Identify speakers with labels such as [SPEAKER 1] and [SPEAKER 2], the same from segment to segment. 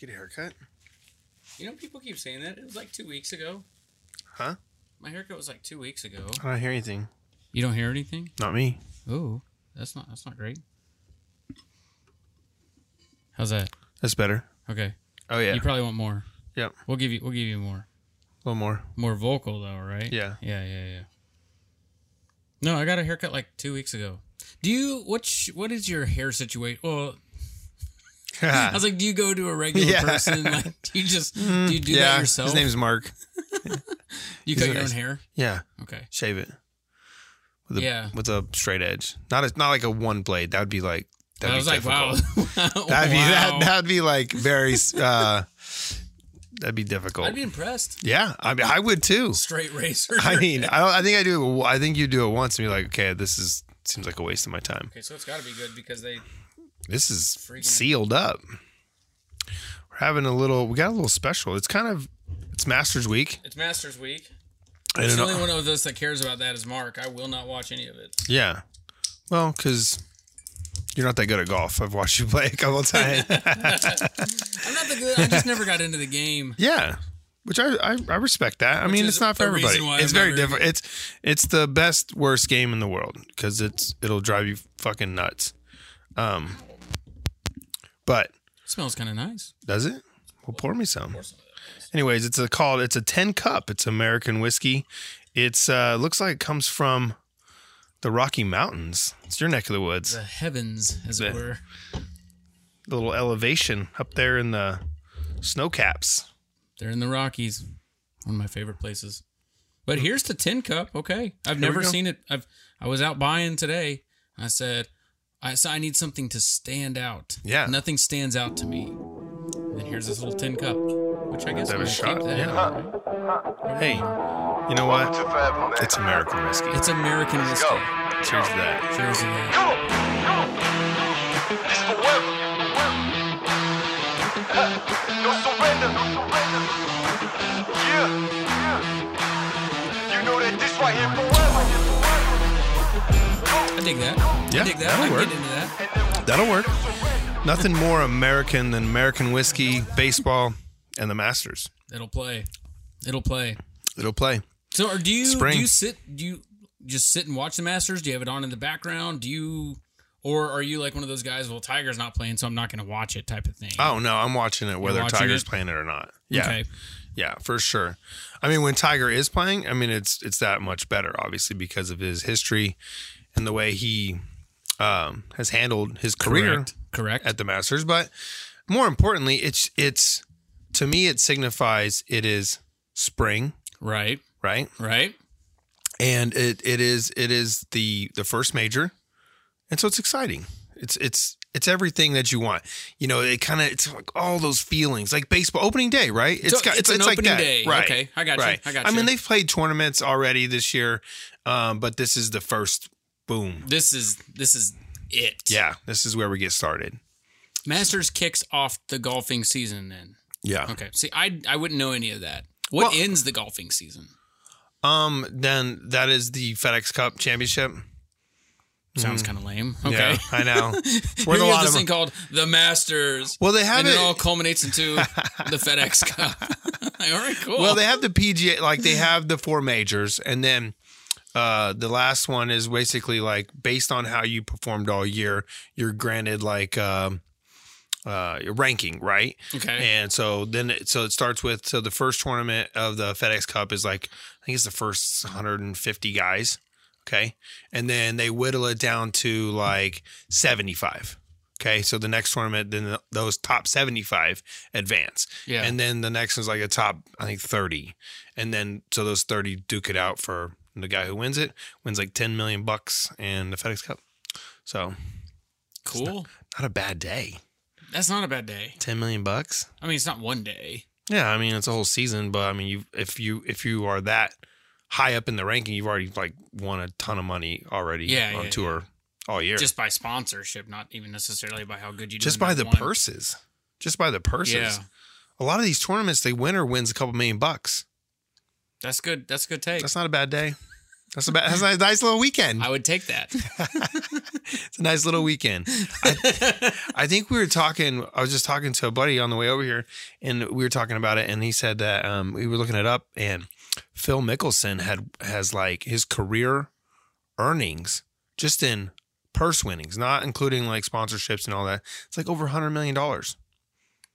[SPEAKER 1] get a haircut?
[SPEAKER 2] You know, people keep saying that. It was like two weeks ago.
[SPEAKER 1] Huh?
[SPEAKER 2] My haircut was like two weeks ago.
[SPEAKER 1] I don't hear anything.
[SPEAKER 2] You don't hear anything?
[SPEAKER 1] Not me.
[SPEAKER 2] Oh, that's not that's not great. How's that?
[SPEAKER 1] That's better.
[SPEAKER 2] Okay.
[SPEAKER 1] Oh yeah.
[SPEAKER 2] You probably want more.
[SPEAKER 1] Yep.
[SPEAKER 2] We'll give you we'll give you more.
[SPEAKER 1] a little more.
[SPEAKER 2] More vocal though, right?
[SPEAKER 1] Yeah.
[SPEAKER 2] Yeah, yeah, yeah. No, I got a haircut like two weeks ago. Do you what's what is your hair situation? Well, I was like, do you go to a regular
[SPEAKER 1] Yeah. Mm,
[SPEAKER 2] person? Like, do you just do you do
[SPEAKER 1] yeah.
[SPEAKER 2] that yourself?
[SPEAKER 1] His name's Mark.
[SPEAKER 2] you
[SPEAKER 1] his
[SPEAKER 2] cut your own
[SPEAKER 1] name's-
[SPEAKER 2] hair?
[SPEAKER 1] Yeah.
[SPEAKER 2] Okay.
[SPEAKER 1] Shave it. With a,
[SPEAKER 2] Yeah.
[SPEAKER 1] With a straight edge. Not a, not like a one blade. That would be like. That'd
[SPEAKER 2] I
[SPEAKER 1] be
[SPEAKER 2] was like, wow.
[SPEAKER 1] difficult.
[SPEAKER 2] wow.
[SPEAKER 1] That'd be that.
[SPEAKER 2] Wow.
[SPEAKER 1] That'd be like very. Uh, that'd be difficult.
[SPEAKER 2] I'd be impressed.
[SPEAKER 1] yeah, I mean, I would too.
[SPEAKER 2] Straight razor.
[SPEAKER 1] I mean, I, don't, I think I do. it- I think you do it once and be like, okay, this is seems like a waste of my time.
[SPEAKER 2] okay, so it's got to be good because they
[SPEAKER 1] This is
[SPEAKER 2] Freaking-
[SPEAKER 1] sealed up. We're having a little. We got a little special. It's kind of. It's Masters Week.
[SPEAKER 2] it's Masters Week.
[SPEAKER 1] I
[SPEAKER 2] It's
[SPEAKER 1] don't
[SPEAKER 2] the
[SPEAKER 1] know-
[SPEAKER 2] only one of us that cares about that is Mark. I will not watch any of it.
[SPEAKER 1] Yeah. Well, because you're not that good at golf. I've watched you play a couple times.
[SPEAKER 2] I'm not the good. I just never got into the game.
[SPEAKER 1] yeah. Which I, I, I respect that. I mean,
[SPEAKER 2] is
[SPEAKER 1] it's not for
[SPEAKER 2] a
[SPEAKER 1] everybody.
[SPEAKER 2] reason why
[SPEAKER 1] It's
[SPEAKER 2] I'm
[SPEAKER 1] very
[SPEAKER 2] not very
[SPEAKER 1] different. It's it's the best worst game in the world because it's it'll drive you fucking nuts. Um, but
[SPEAKER 2] smells kind of nice.
[SPEAKER 1] does it? Well, pour me some. Anyways, it's a called. It's a ten cup. It's American whiskey. It's uh looks like it comes from the Rocky Mountains. It's your neck of the woods.
[SPEAKER 2] The heavens, as it
[SPEAKER 1] Yeah.
[SPEAKER 2] were.
[SPEAKER 1] the little elevation up there in the snow caps.
[SPEAKER 2] They're in the Rockies, one of my favorite places. But here's the tin cup. Okay, I've never
[SPEAKER 1] go.
[SPEAKER 2] seen it. I've I was out buying today. I said, I so I need something to stand out.
[SPEAKER 1] Yeah.
[SPEAKER 2] nothing stands out to me. And here's this little tin cup, which I guess
[SPEAKER 1] Have
[SPEAKER 2] I'm
[SPEAKER 1] a
[SPEAKER 2] gonna
[SPEAKER 1] shot,
[SPEAKER 2] keep that.
[SPEAKER 1] yeah. Hey, you know what? It's American whiskey.
[SPEAKER 2] It's American whiskey.
[SPEAKER 1] Cheers to that.
[SPEAKER 2] Cheers to that.
[SPEAKER 3] Come on, come on. It's forever. Huh. No surrender, no surrender. Yeah, yeah. You know that this right here forever.
[SPEAKER 2] I dig that.
[SPEAKER 1] Yeah,
[SPEAKER 2] I dig that.
[SPEAKER 1] that'll
[SPEAKER 2] I can
[SPEAKER 1] work.
[SPEAKER 2] get into that.
[SPEAKER 1] That'll work. Nothing more American than American whiskey, baseball, and the Masters.
[SPEAKER 2] It'll play. It'll play.
[SPEAKER 1] It'll play.
[SPEAKER 2] So, or do you
[SPEAKER 1] Spring.
[SPEAKER 2] do you sit do you just sit and watch the Masters? Do you have it on in the background? Do you or are you like one of those guys? Well, Tiger's not playing, so I'm not going to watch it, type of thing.
[SPEAKER 1] Oh no, I'm watching it whether
[SPEAKER 2] watching
[SPEAKER 1] Tiger's
[SPEAKER 2] it?
[SPEAKER 1] playing it or not. Yeah,
[SPEAKER 2] Okay.
[SPEAKER 1] yeah, for sure. I mean, when Tiger is playing, I mean it's it's that much better, obviously, because of his history and the way he um, has handled his career.
[SPEAKER 2] Correct. Correct.
[SPEAKER 1] at the Masters, but more importantly, it's it's to me it signifies it is spring,
[SPEAKER 2] right.
[SPEAKER 1] right?
[SPEAKER 2] Right.
[SPEAKER 1] And it it is it is the the first major, and so it's exciting. It's it's it's everything that you want. You know, it kind of it's like all those feelings, like baseball opening day, right? It's
[SPEAKER 2] So it's an opening day. Okay, I got you,
[SPEAKER 1] right.
[SPEAKER 2] I got
[SPEAKER 1] I
[SPEAKER 2] you.
[SPEAKER 1] mean, they've played tournaments already this year, um, but this is the first boom.
[SPEAKER 2] This is this is it.
[SPEAKER 1] Yeah, this is where we get started.
[SPEAKER 2] Masters kicks off the golfing season. Then
[SPEAKER 1] Yeah.
[SPEAKER 2] okay. See, I I wouldn't know any of that. What
[SPEAKER 1] Well-
[SPEAKER 2] ends the golfing season?
[SPEAKER 1] Um. Then that is the FedEx Cup Championship.
[SPEAKER 2] Sounds kind of lame. Okay.
[SPEAKER 1] mm-hmm. Yeah, I know. It's
[SPEAKER 2] Here
[SPEAKER 1] worth
[SPEAKER 2] we
[SPEAKER 1] a
[SPEAKER 2] have
[SPEAKER 1] lot
[SPEAKER 2] this
[SPEAKER 1] of
[SPEAKER 2] thing
[SPEAKER 1] money.
[SPEAKER 2] called the Masters.
[SPEAKER 1] Well, they have
[SPEAKER 2] and
[SPEAKER 1] it.
[SPEAKER 2] it all culminates into the FedEx Cup. all right, cool.
[SPEAKER 1] well, they have the PGA. Like they have the four majors, and then uh, the last one is basically like based on how you performed all year, you're granted like um, uh, your ranking, right?
[SPEAKER 2] okay.
[SPEAKER 1] And so then, it, so it starts with so the first tournament of the FedEx Cup is like I think it's the first 150 guys, okay, and then they whittle it down to like 75. Okay, so the next tournament, then th- those top 75 advance,
[SPEAKER 2] Yeah.
[SPEAKER 1] and then the next one's like a top I think 30, and then so those 30 duke it out for the guy who wins it wins like 10 million bucks and the FedEx Cup. So
[SPEAKER 2] Cool.
[SPEAKER 1] not a bad day.
[SPEAKER 2] That's not a bad day.
[SPEAKER 1] 10 million bucks.
[SPEAKER 2] I mean, it's not one day.
[SPEAKER 1] Yeah, I mean it's a whole season, but I mean you if you if you are that high up in the ranking, you've already like won a ton of money already
[SPEAKER 2] Yeah,
[SPEAKER 1] on
[SPEAKER 2] yeah,
[SPEAKER 1] tour all year. Just,
[SPEAKER 2] Just by sponsorship, not even necessarily by how good you do. in
[SPEAKER 1] by
[SPEAKER 2] that
[SPEAKER 1] the
[SPEAKER 2] one.
[SPEAKER 1] purses. Just by the purses.
[SPEAKER 2] Yeah.
[SPEAKER 1] A lot of these tournaments, the winner wins a couple million bucks.
[SPEAKER 2] That's good. That's a good take.
[SPEAKER 1] That's not a bad day. That's about that's a nice little weekend.
[SPEAKER 2] I would take that.
[SPEAKER 1] It's a nice little weekend. I, I think we were talking. I was just talking to a buddy on the way over here, and we were talking about it. And he said that um, we were looking it up, and Phil Mickelson had has like his career earnings just in purse winnings, not including like sponsorships and all that. It's like over hundred million dollars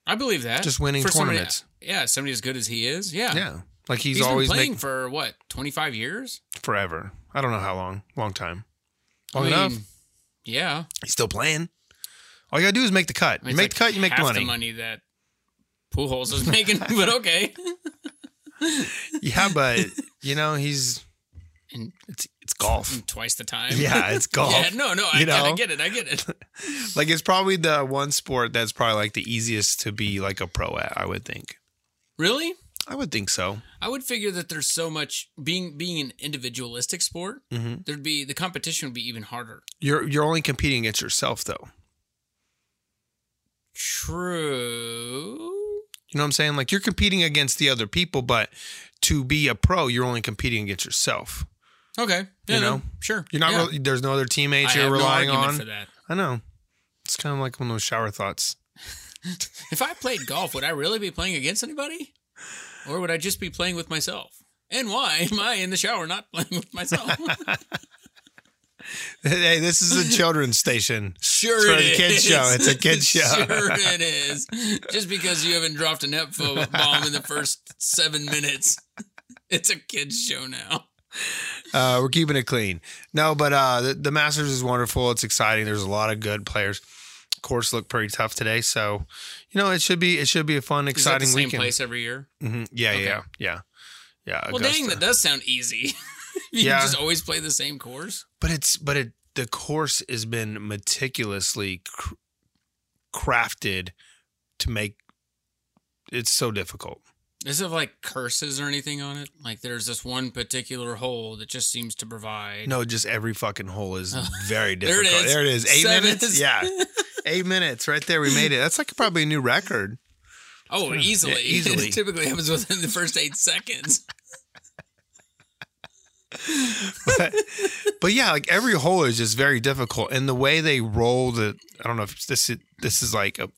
[SPEAKER 2] I believe that.
[SPEAKER 1] just winning
[SPEAKER 2] For somebody-
[SPEAKER 1] tournaments.
[SPEAKER 2] yeah, somebody as good as he is. Yeah.
[SPEAKER 1] yeah, like he's,
[SPEAKER 2] He's been
[SPEAKER 1] always
[SPEAKER 2] playing
[SPEAKER 1] making
[SPEAKER 2] for what, 25 years?
[SPEAKER 1] forever. I don't know how long. Long time.
[SPEAKER 2] I
[SPEAKER 1] Long
[SPEAKER 2] mean,
[SPEAKER 1] enough.
[SPEAKER 2] Yeah.
[SPEAKER 1] He's still playing. All you gotta do is make the cut.
[SPEAKER 2] I mean,
[SPEAKER 1] you make
[SPEAKER 2] it's like
[SPEAKER 1] the cut, you make the
[SPEAKER 2] half
[SPEAKER 1] money.
[SPEAKER 2] the money that Pujols was making, but okay.
[SPEAKER 1] Yeah, but you know he's
[SPEAKER 2] And-
[SPEAKER 1] it's it's golf.
[SPEAKER 2] Twice the time.
[SPEAKER 1] Yeah, it's golf.
[SPEAKER 2] Yeah, no, no, I,
[SPEAKER 1] You
[SPEAKER 2] I
[SPEAKER 1] know?
[SPEAKER 2] get it. I get it.
[SPEAKER 1] Like it's probably the one sport that's probably like the easiest to be like a pro at. I would think.
[SPEAKER 2] Really?
[SPEAKER 1] I would think so.
[SPEAKER 2] I would figure that there's so much being being an individualistic sport,
[SPEAKER 1] Mhm.
[SPEAKER 2] there'd be the competition would be even harder.
[SPEAKER 1] You're you're only competing against yourself though.
[SPEAKER 2] True.
[SPEAKER 1] You know what I'm saying? Like you're competing against the other people, but to be a pro, you're only competing against yourself.
[SPEAKER 2] Okay.
[SPEAKER 1] You
[SPEAKER 2] Yeah, no,
[SPEAKER 1] know?
[SPEAKER 2] sure.
[SPEAKER 1] You're not.
[SPEAKER 2] Yeah.
[SPEAKER 1] Really, there's no other teammates
[SPEAKER 2] I
[SPEAKER 1] you're
[SPEAKER 2] have no
[SPEAKER 1] relying
[SPEAKER 2] argument for
[SPEAKER 1] on.
[SPEAKER 2] that.
[SPEAKER 1] I know. It's kind of like one of those shower thoughts.
[SPEAKER 2] If I played golf, would I really be playing against anybody? Or would I just be playing with myself? And why am I in the shower not playing with myself?
[SPEAKER 1] hey, this is a children's station.
[SPEAKER 2] sure
[SPEAKER 1] It's for
[SPEAKER 2] it
[SPEAKER 1] a kid's
[SPEAKER 2] is.
[SPEAKER 1] show. It's a kid's show.
[SPEAKER 2] sure it is. Just because you haven't dropped an F bomb in the first seven minutes, it's a kid's show now.
[SPEAKER 1] Uh, we're keeping it clean. No, but uh, the, the Masters is wonderful. It's exciting. There's a lot of good players. Course looked pretty tough today, so you know it should be it should be a fun,
[SPEAKER 2] Is that the
[SPEAKER 1] exciting
[SPEAKER 2] same
[SPEAKER 1] weekend.
[SPEAKER 2] place every year?
[SPEAKER 1] hmm Yeah,
[SPEAKER 2] Okay.
[SPEAKER 1] yeah, yeah, yeah.
[SPEAKER 2] Well, dang,
[SPEAKER 1] Augusta.
[SPEAKER 2] that does sound easy. you
[SPEAKER 1] Yeah.
[SPEAKER 2] just always play the same course.
[SPEAKER 1] but it's but it the course has been meticulously cr- crafted to make it's so difficult.
[SPEAKER 2] Is it like curses or anything on it? Like there's this one particular hole that just seems to provide.
[SPEAKER 1] No, just every fucking hole is
[SPEAKER 2] Oh.
[SPEAKER 1] very
[SPEAKER 2] There it
[SPEAKER 1] difficult.
[SPEAKER 2] is.
[SPEAKER 1] There it is. Eight
[SPEAKER 2] Seven
[SPEAKER 1] minutes.
[SPEAKER 2] is-
[SPEAKER 1] Yeah, eight minutes right there. We made it. That's like probably a new record.
[SPEAKER 2] Oh,
[SPEAKER 1] Yeah,
[SPEAKER 2] easily.
[SPEAKER 1] easily.
[SPEAKER 2] it typically happens within the first eight seconds.
[SPEAKER 1] but, but yeah, like every hole is just very difficult, and the way they roll the I don't know if this is, this is like a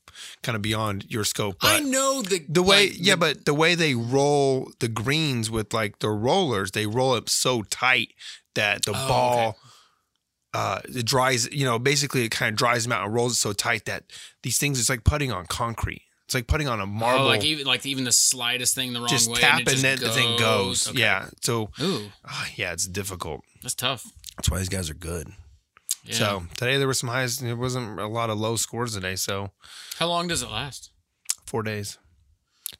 [SPEAKER 1] kind of beyond your scope,
[SPEAKER 2] I
[SPEAKER 1] but
[SPEAKER 2] know the
[SPEAKER 1] the way
[SPEAKER 2] like,
[SPEAKER 1] yeah,
[SPEAKER 2] the-
[SPEAKER 1] but the way they roll the greens with like the rollers, they roll it so tight that the
[SPEAKER 2] Oh,
[SPEAKER 1] ball. Uh, it dries, you know, basically it kind of dries them out and rolls it so tight that these things, it's like putting on concrete. It's like putting on a marble,
[SPEAKER 2] oh, like even like even the slightest thing the wrong
[SPEAKER 1] just
[SPEAKER 2] way,
[SPEAKER 1] tap and
[SPEAKER 2] just
[SPEAKER 1] then the thing goes.
[SPEAKER 2] Okay.
[SPEAKER 1] Yeah. So,
[SPEAKER 2] Ooh,
[SPEAKER 1] uh, yeah, it's difficult.
[SPEAKER 2] that's tough.
[SPEAKER 1] That's why these guys are good.
[SPEAKER 2] Yeah.
[SPEAKER 1] So today there were some highs. There wasn't a lot of low scores today. So
[SPEAKER 2] how long does it last?
[SPEAKER 1] four days: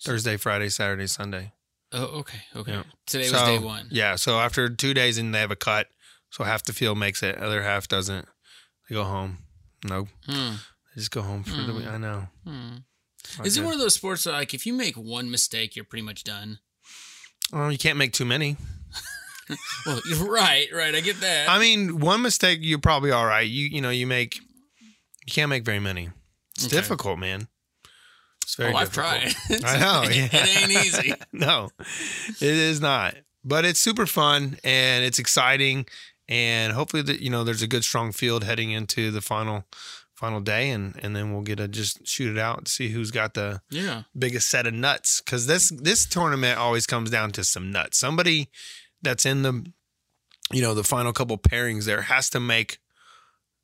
[SPEAKER 1] Thursday, Friday, Saturday, Sunday.
[SPEAKER 2] Oh, okay, okay.
[SPEAKER 1] Yeah.
[SPEAKER 2] Today
[SPEAKER 1] so,
[SPEAKER 2] was day one.
[SPEAKER 1] Yeah. So after two days, and they have a cut. So half the field makes it, other half doesn't. They go home. No,
[SPEAKER 2] Hmm.
[SPEAKER 1] they just go home for the
[SPEAKER 2] Hmm.
[SPEAKER 1] week. I know.
[SPEAKER 2] Hmm.
[SPEAKER 1] Not
[SPEAKER 2] Is it
[SPEAKER 1] good.
[SPEAKER 2] one of those sports that like if you make one mistake, you're pretty much done?
[SPEAKER 1] Oh, you can't make too many.
[SPEAKER 2] Well, you're right, right. I get that.
[SPEAKER 1] I mean, one mistake you're probably all right. You you know you make you can't make very many. It's
[SPEAKER 2] Okay.
[SPEAKER 1] difficult, man. It's very.
[SPEAKER 2] oh, I've
[SPEAKER 1] difficult.
[SPEAKER 2] tried.
[SPEAKER 1] I know.
[SPEAKER 2] It-
[SPEAKER 1] yeah.
[SPEAKER 2] it ain't easy.
[SPEAKER 1] no, it is not. But it's super fun and it's exciting, and hopefully that you know there's a good strong field heading into the final final day, and and then we'll get to just shoot it out and see who's got the
[SPEAKER 2] Yeah.
[SPEAKER 1] biggest set of nuts because this this tournament always comes down to some nuts. Somebody that's in the you know the final couple pairings there has to make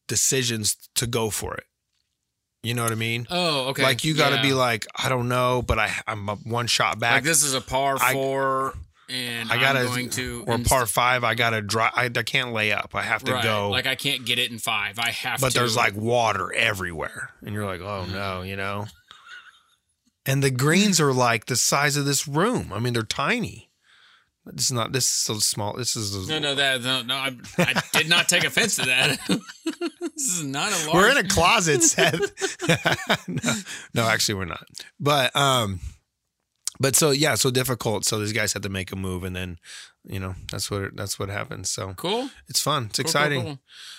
[SPEAKER 1] decisions to go for it. You know what I mean?
[SPEAKER 2] Oh, okay.
[SPEAKER 1] Like you got to
[SPEAKER 2] Yeah.
[SPEAKER 1] be like I don't know, but I I'm a one shot back.
[SPEAKER 2] Like this is a par
[SPEAKER 1] I-
[SPEAKER 2] four, and
[SPEAKER 1] I
[SPEAKER 2] I
[SPEAKER 1] gotta
[SPEAKER 2] am going to
[SPEAKER 1] or
[SPEAKER 2] inst-
[SPEAKER 1] par five. I gotta drive. I, I can't lay up. I have to
[SPEAKER 2] right,
[SPEAKER 1] go.
[SPEAKER 2] Like I can't get it in five. I have.
[SPEAKER 1] but
[SPEAKER 2] to. Mm-hmm.
[SPEAKER 1] there's like water everywhere, and you're like, oh no, you know. And the greens are like the size of this room. I mean, they're tiny. This is not. This is so small. This is.
[SPEAKER 2] no, no, that no, no. I, I did not take offense to that. this is not a large.
[SPEAKER 1] We're in a closet, Seth. no, no, actually, we're not. But um, but so yeah, so difficult. So these guys had to make a move, and then, you know, that's what that's what happens. So
[SPEAKER 2] cool.
[SPEAKER 1] it's fun. It's exciting.
[SPEAKER 2] Cool,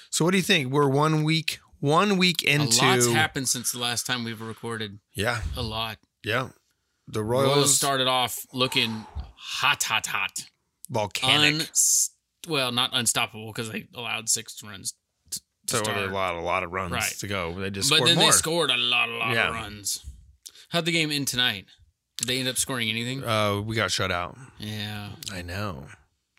[SPEAKER 1] So what do you think? We're one week one week
[SPEAKER 2] cool,
[SPEAKER 1] into
[SPEAKER 2] cool. A lot's happened since the last time we've recorded.
[SPEAKER 1] Yeah,
[SPEAKER 2] A lot.
[SPEAKER 1] yeah. The
[SPEAKER 2] Royals,
[SPEAKER 1] Royals,
[SPEAKER 2] started off looking hot, hot, hot.
[SPEAKER 1] volcanic.
[SPEAKER 2] Un- well, not unstoppable because they allowed six runs. To, to
[SPEAKER 1] So
[SPEAKER 2] start.
[SPEAKER 1] they allowed a lot of runs
[SPEAKER 2] Right.
[SPEAKER 1] to go. They just
[SPEAKER 2] but
[SPEAKER 1] scored
[SPEAKER 2] then
[SPEAKER 1] more.
[SPEAKER 2] they scored a lot, a lot
[SPEAKER 1] Yeah.
[SPEAKER 2] of runs. How'd the game end tonight? Did they end up scoring anything?
[SPEAKER 1] uh, we got shut out.
[SPEAKER 2] yeah.
[SPEAKER 1] I know.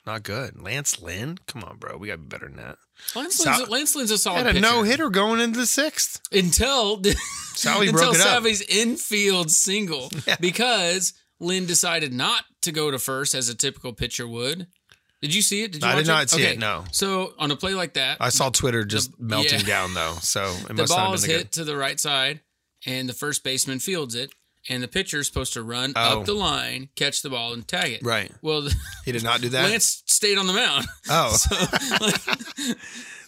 [SPEAKER 1] Not good. Lance Lynn? Come on, bro. We got to be better than that.
[SPEAKER 2] Lance,
[SPEAKER 1] Sal-
[SPEAKER 2] Lynn's, Lance Lynn's a solid
[SPEAKER 1] Had a
[SPEAKER 2] pitcher.
[SPEAKER 1] no hitter going into the sixth.
[SPEAKER 2] until
[SPEAKER 1] Sally
[SPEAKER 2] until
[SPEAKER 1] broke it up.
[SPEAKER 2] Salve's infield single because Lynn decided not to go to first as a typical pitcher would. Did you see it? Did you
[SPEAKER 1] I
[SPEAKER 2] watch
[SPEAKER 1] did not
[SPEAKER 2] it?
[SPEAKER 1] see it, no.
[SPEAKER 2] So on a play like that,
[SPEAKER 1] I saw Twitter just
[SPEAKER 2] The-
[SPEAKER 1] melting
[SPEAKER 2] yeah.
[SPEAKER 1] down though, so it
[SPEAKER 2] the
[SPEAKER 1] must not
[SPEAKER 2] ball
[SPEAKER 1] have
[SPEAKER 2] is
[SPEAKER 1] been a
[SPEAKER 2] hit
[SPEAKER 1] good.
[SPEAKER 2] to the right side, and the first baseman fields it, and the pitcher is supposed to run
[SPEAKER 1] Oh.
[SPEAKER 2] up the line, catch the ball, and tag it.
[SPEAKER 1] Right.
[SPEAKER 2] Well, the,
[SPEAKER 1] He did not do that.
[SPEAKER 2] Lance stayed on the mound.
[SPEAKER 1] oh,
[SPEAKER 2] So, like,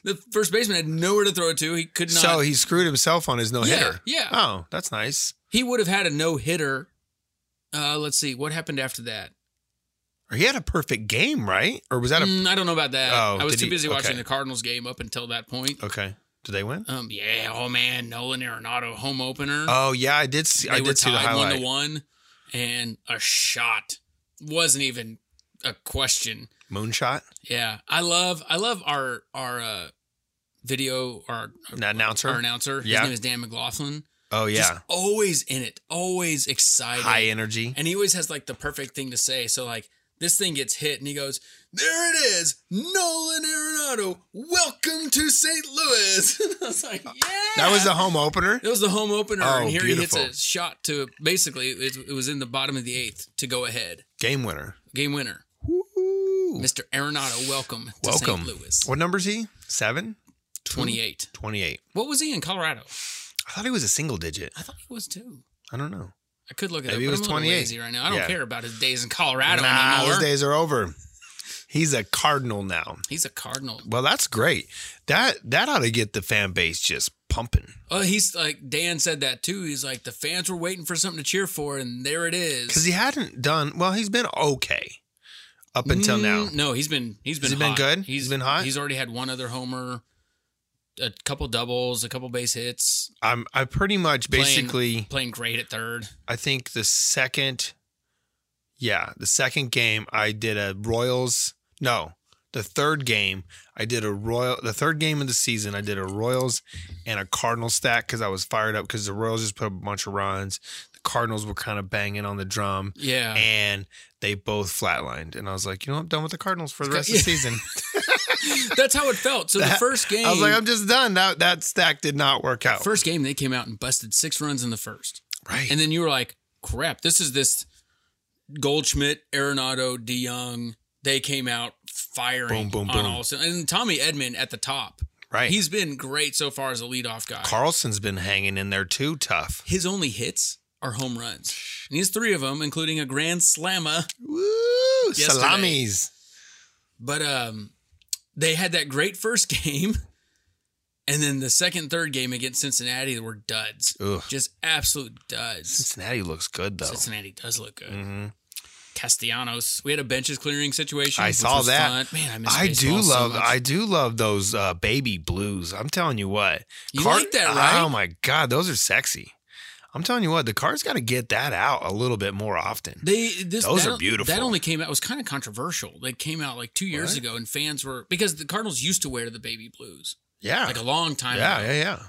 [SPEAKER 2] the first baseman had nowhere to throw it to. He could not.
[SPEAKER 1] so he screwed himself on his no
[SPEAKER 2] Yeah,
[SPEAKER 1] hitter.
[SPEAKER 2] yeah.
[SPEAKER 1] Oh, that's nice.
[SPEAKER 2] he would have had a no hitter. Uh, let's see what happened after that.
[SPEAKER 1] Or he had a perfect game, right? Or was that a
[SPEAKER 2] Mm, I don't know about that.
[SPEAKER 1] Oh,
[SPEAKER 2] I was
[SPEAKER 1] did
[SPEAKER 2] too
[SPEAKER 1] he-
[SPEAKER 2] busy watching
[SPEAKER 1] okay.
[SPEAKER 2] the Cardinals game up until that point.
[SPEAKER 1] okay? Did they win?
[SPEAKER 2] Um, yeah. Oh man, Nolan Arenado home opener.
[SPEAKER 1] Oh yeah, I did see.
[SPEAKER 2] they
[SPEAKER 1] I
[SPEAKER 2] were
[SPEAKER 1] did see the
[SPEAKER 2] tied one
[SPEAKER 1] highlight.
[SPEAKER 2] to one, and a shot wasn't even a question.
[SPEAKER 1] Moonshot.
[SPEAKER 2] Yeah, I love I love our our uh, video our
[SPEAKER 1] An announcer.
[SPEAKER 2] our announcer. His
[SPEAKER 1] Yeah.
[SPEAKER 2] name is Dan McLaughlin.
[SPEAKER 1] oh yeah,
[SPEAKER 2] Just always in it, always excited.
[SPEAKER 1] high energy.
[SPEAKER 2] and he always has like the perfect thing to say. So like this thing gets hit, and he goes, "There it is, Nolan Arenado. Welcome to St. Louis." and I was like, "Yeah."
[SPEAKER 1] That was the home opener.
[SPEAKER 2] It was the home opener,
[SPEAKER 1] Oh,
[SPEAKER 2] and here he
[SPEAKER 1] beautiful.
[SPEAKER 2] hits a shot to basically it, it was in the bottom of the eighth to go ahead,
[SPEAKER 1] Game winner.
[SPEAKER 2] game winner.
[SPEAKER 1] Woo.
[SPEAKER 2] Mr. Arenado, welcome to
[SPEAKER 1] Welcome.
[SPEAKER 2] St. Louis.
[SPEAKER 1] What number is he? Seven.
[SPEAKER 2] Twenty-eight.
[SPEAKER 1] Twenty-eight.
[SPEAKER 2] What was he in Colorado?
[SPEAKER 1] I thought he was a single digit.
[SPEAKER 2] I thought he was too.
[SPEAKER 1] I don't know.
[SPEAKER 2] I could look at
[SPEAKER 1] Maybe he
[SPEAKER 2] it. but
[SPEAKER 1] was
[SPEAKER 2] I'm a little
[SPEAKER 1] 28.
[SPEAKER 2] lazy right now. I don't
[SPEAKER 1] Yeah.
[SPEAKER 2] care about his days in Colorado
[SPEAKER 1] nah,
[SPEAKER 2] anymore.
[SPEAKER 1] those days are over. He's a cardinal now.
[SPEAKER 2] He's a Cardinal.
[SPEAKER 1] Well, that's great. That that ought to get the fan base just pumping
[SPEAKER 2] Oh, he's like Dan said that too. He's like the fans were waiting for something to cheer for, and there it
[SPEAKER 1] because
[SPEAKER 2] is.
[SPEAKER 1] he hadn't done well. He's been okay up until
[SPEAKER 2] Mm,
[SPEAKER 1] now.
[SPEAKER 2] no, he's been he's been
[SPEAKER 1] he been
[SPEAKER 2] hot.
[SPEAKER 1] good? He's been hot?
[SPEAKER 2] He's already had one other homer, a couple doubles, a couple base hits.
[SPEAKER 1] I'm I pretty much
[SPEAKER 2] playing-
[SPEAKER 1] basically
[SPEAKER 2] playing, great at third.
[SPEAKER 1] I think the second, yeah, the second game I did a Royals. No, the third game I did a Royal. The third game of the season I did a Royals and a Cardinal stack because I was fired up because the Royals just put up a bunch of runs. The Cardinals were kind of banging on the drum.
[SPEAKER 2] Yeah,
[SPEAKER 1] and they both flatlined. And I was like, you know, I'm done with the Cardinals for the rest of the season.
[SPEAKER 2] that's how it felt. So the
[SPEAKER 1] That-
[SPEAKER 2] first game,
[SPEAKER 1] I was like, I'm just done. That that stack did not work out.
[SPEAKER 2] first game they came out and busted six runs in the first,
[SPEAKER 1] right.
[SPEAKER 2] and then you were like, "Crap, this is this Goldschmidt, Arenado, DeYoung." They came out firing
[SPEAKER 1] Boom, boom,
[SPEAKER 2] on
[SPEAKER 1] boom.
[SPEAKER 2] all, and Tommy Edmond at the top.
[SPEAKER 1] right.
[SPEAKER 2] He's been great so far as a leadoff guy.
[SPEAKER 1] Carlson's been hanging in there too tough.
[SPEAKER 2] His only hits are home runs. And he has three of them, including a grand slammer.
[SPEAKER 1] Woo!
[SPEAKER 2] Yesterday.
[SPEAKER 1] Salamis.
[SPEAKER 2] But um, they had that great first game. And then the second, third game against Cincinnati were duds.
[SPEAKER 1] Ugh.
[SPEAKER 2] Just absolute duds.
[SPEAKER 1] Cincinnati looks good though.
[SPEAKER 2] Cincinnati does look good.
[SPEAKER 1] hmm
[SPEAKER 2] Castellanos. We had a benches clearing situation.
[SPEAKER 1] I
[SPEAKER 2] which
[SPEAKER 1] saw
[SPEAKER 2] was
[SPEAKER 1] that.
[SPEAKER 2] fun. Man, I miss
[SPEAKER 1] I do
[SPEAKER 2] baseball so
[SPEAKER 1] love
[SPEAKER 2] much.
[SPEAKER 1] I do love those uh, baby blues. I'm telling you what.
[SPEAKER 2] You
[SPEAKER 1] Car-
[SPEAKER 2] like that, right?
[SPEAKER 1] Oh my god, those are sexy. I'm telling you what, the car's got to get that out a little bit more often.
[SPEAKER 2] They this,
[SPEAKER 1] Those
[SPEAKER 2] that
[SPEAKER 1] are
[SPEAKER 2] o-
[SPEAKER 1] beautiful.
[SPEAKER 2] That only came out it was kind of controversial. They came out like two years
[SPEAKER 1] What?
[SPEAKER 2] ago, and fans were because the Cardinals used to wear the baby blues
[SPEAKER 1] Yeah.
[SPEAKER 2] like a long time
[SPEAKER 1] yeah,
[SPEAKER 2] ago.
[SPEAKER 1] yeah, yeah.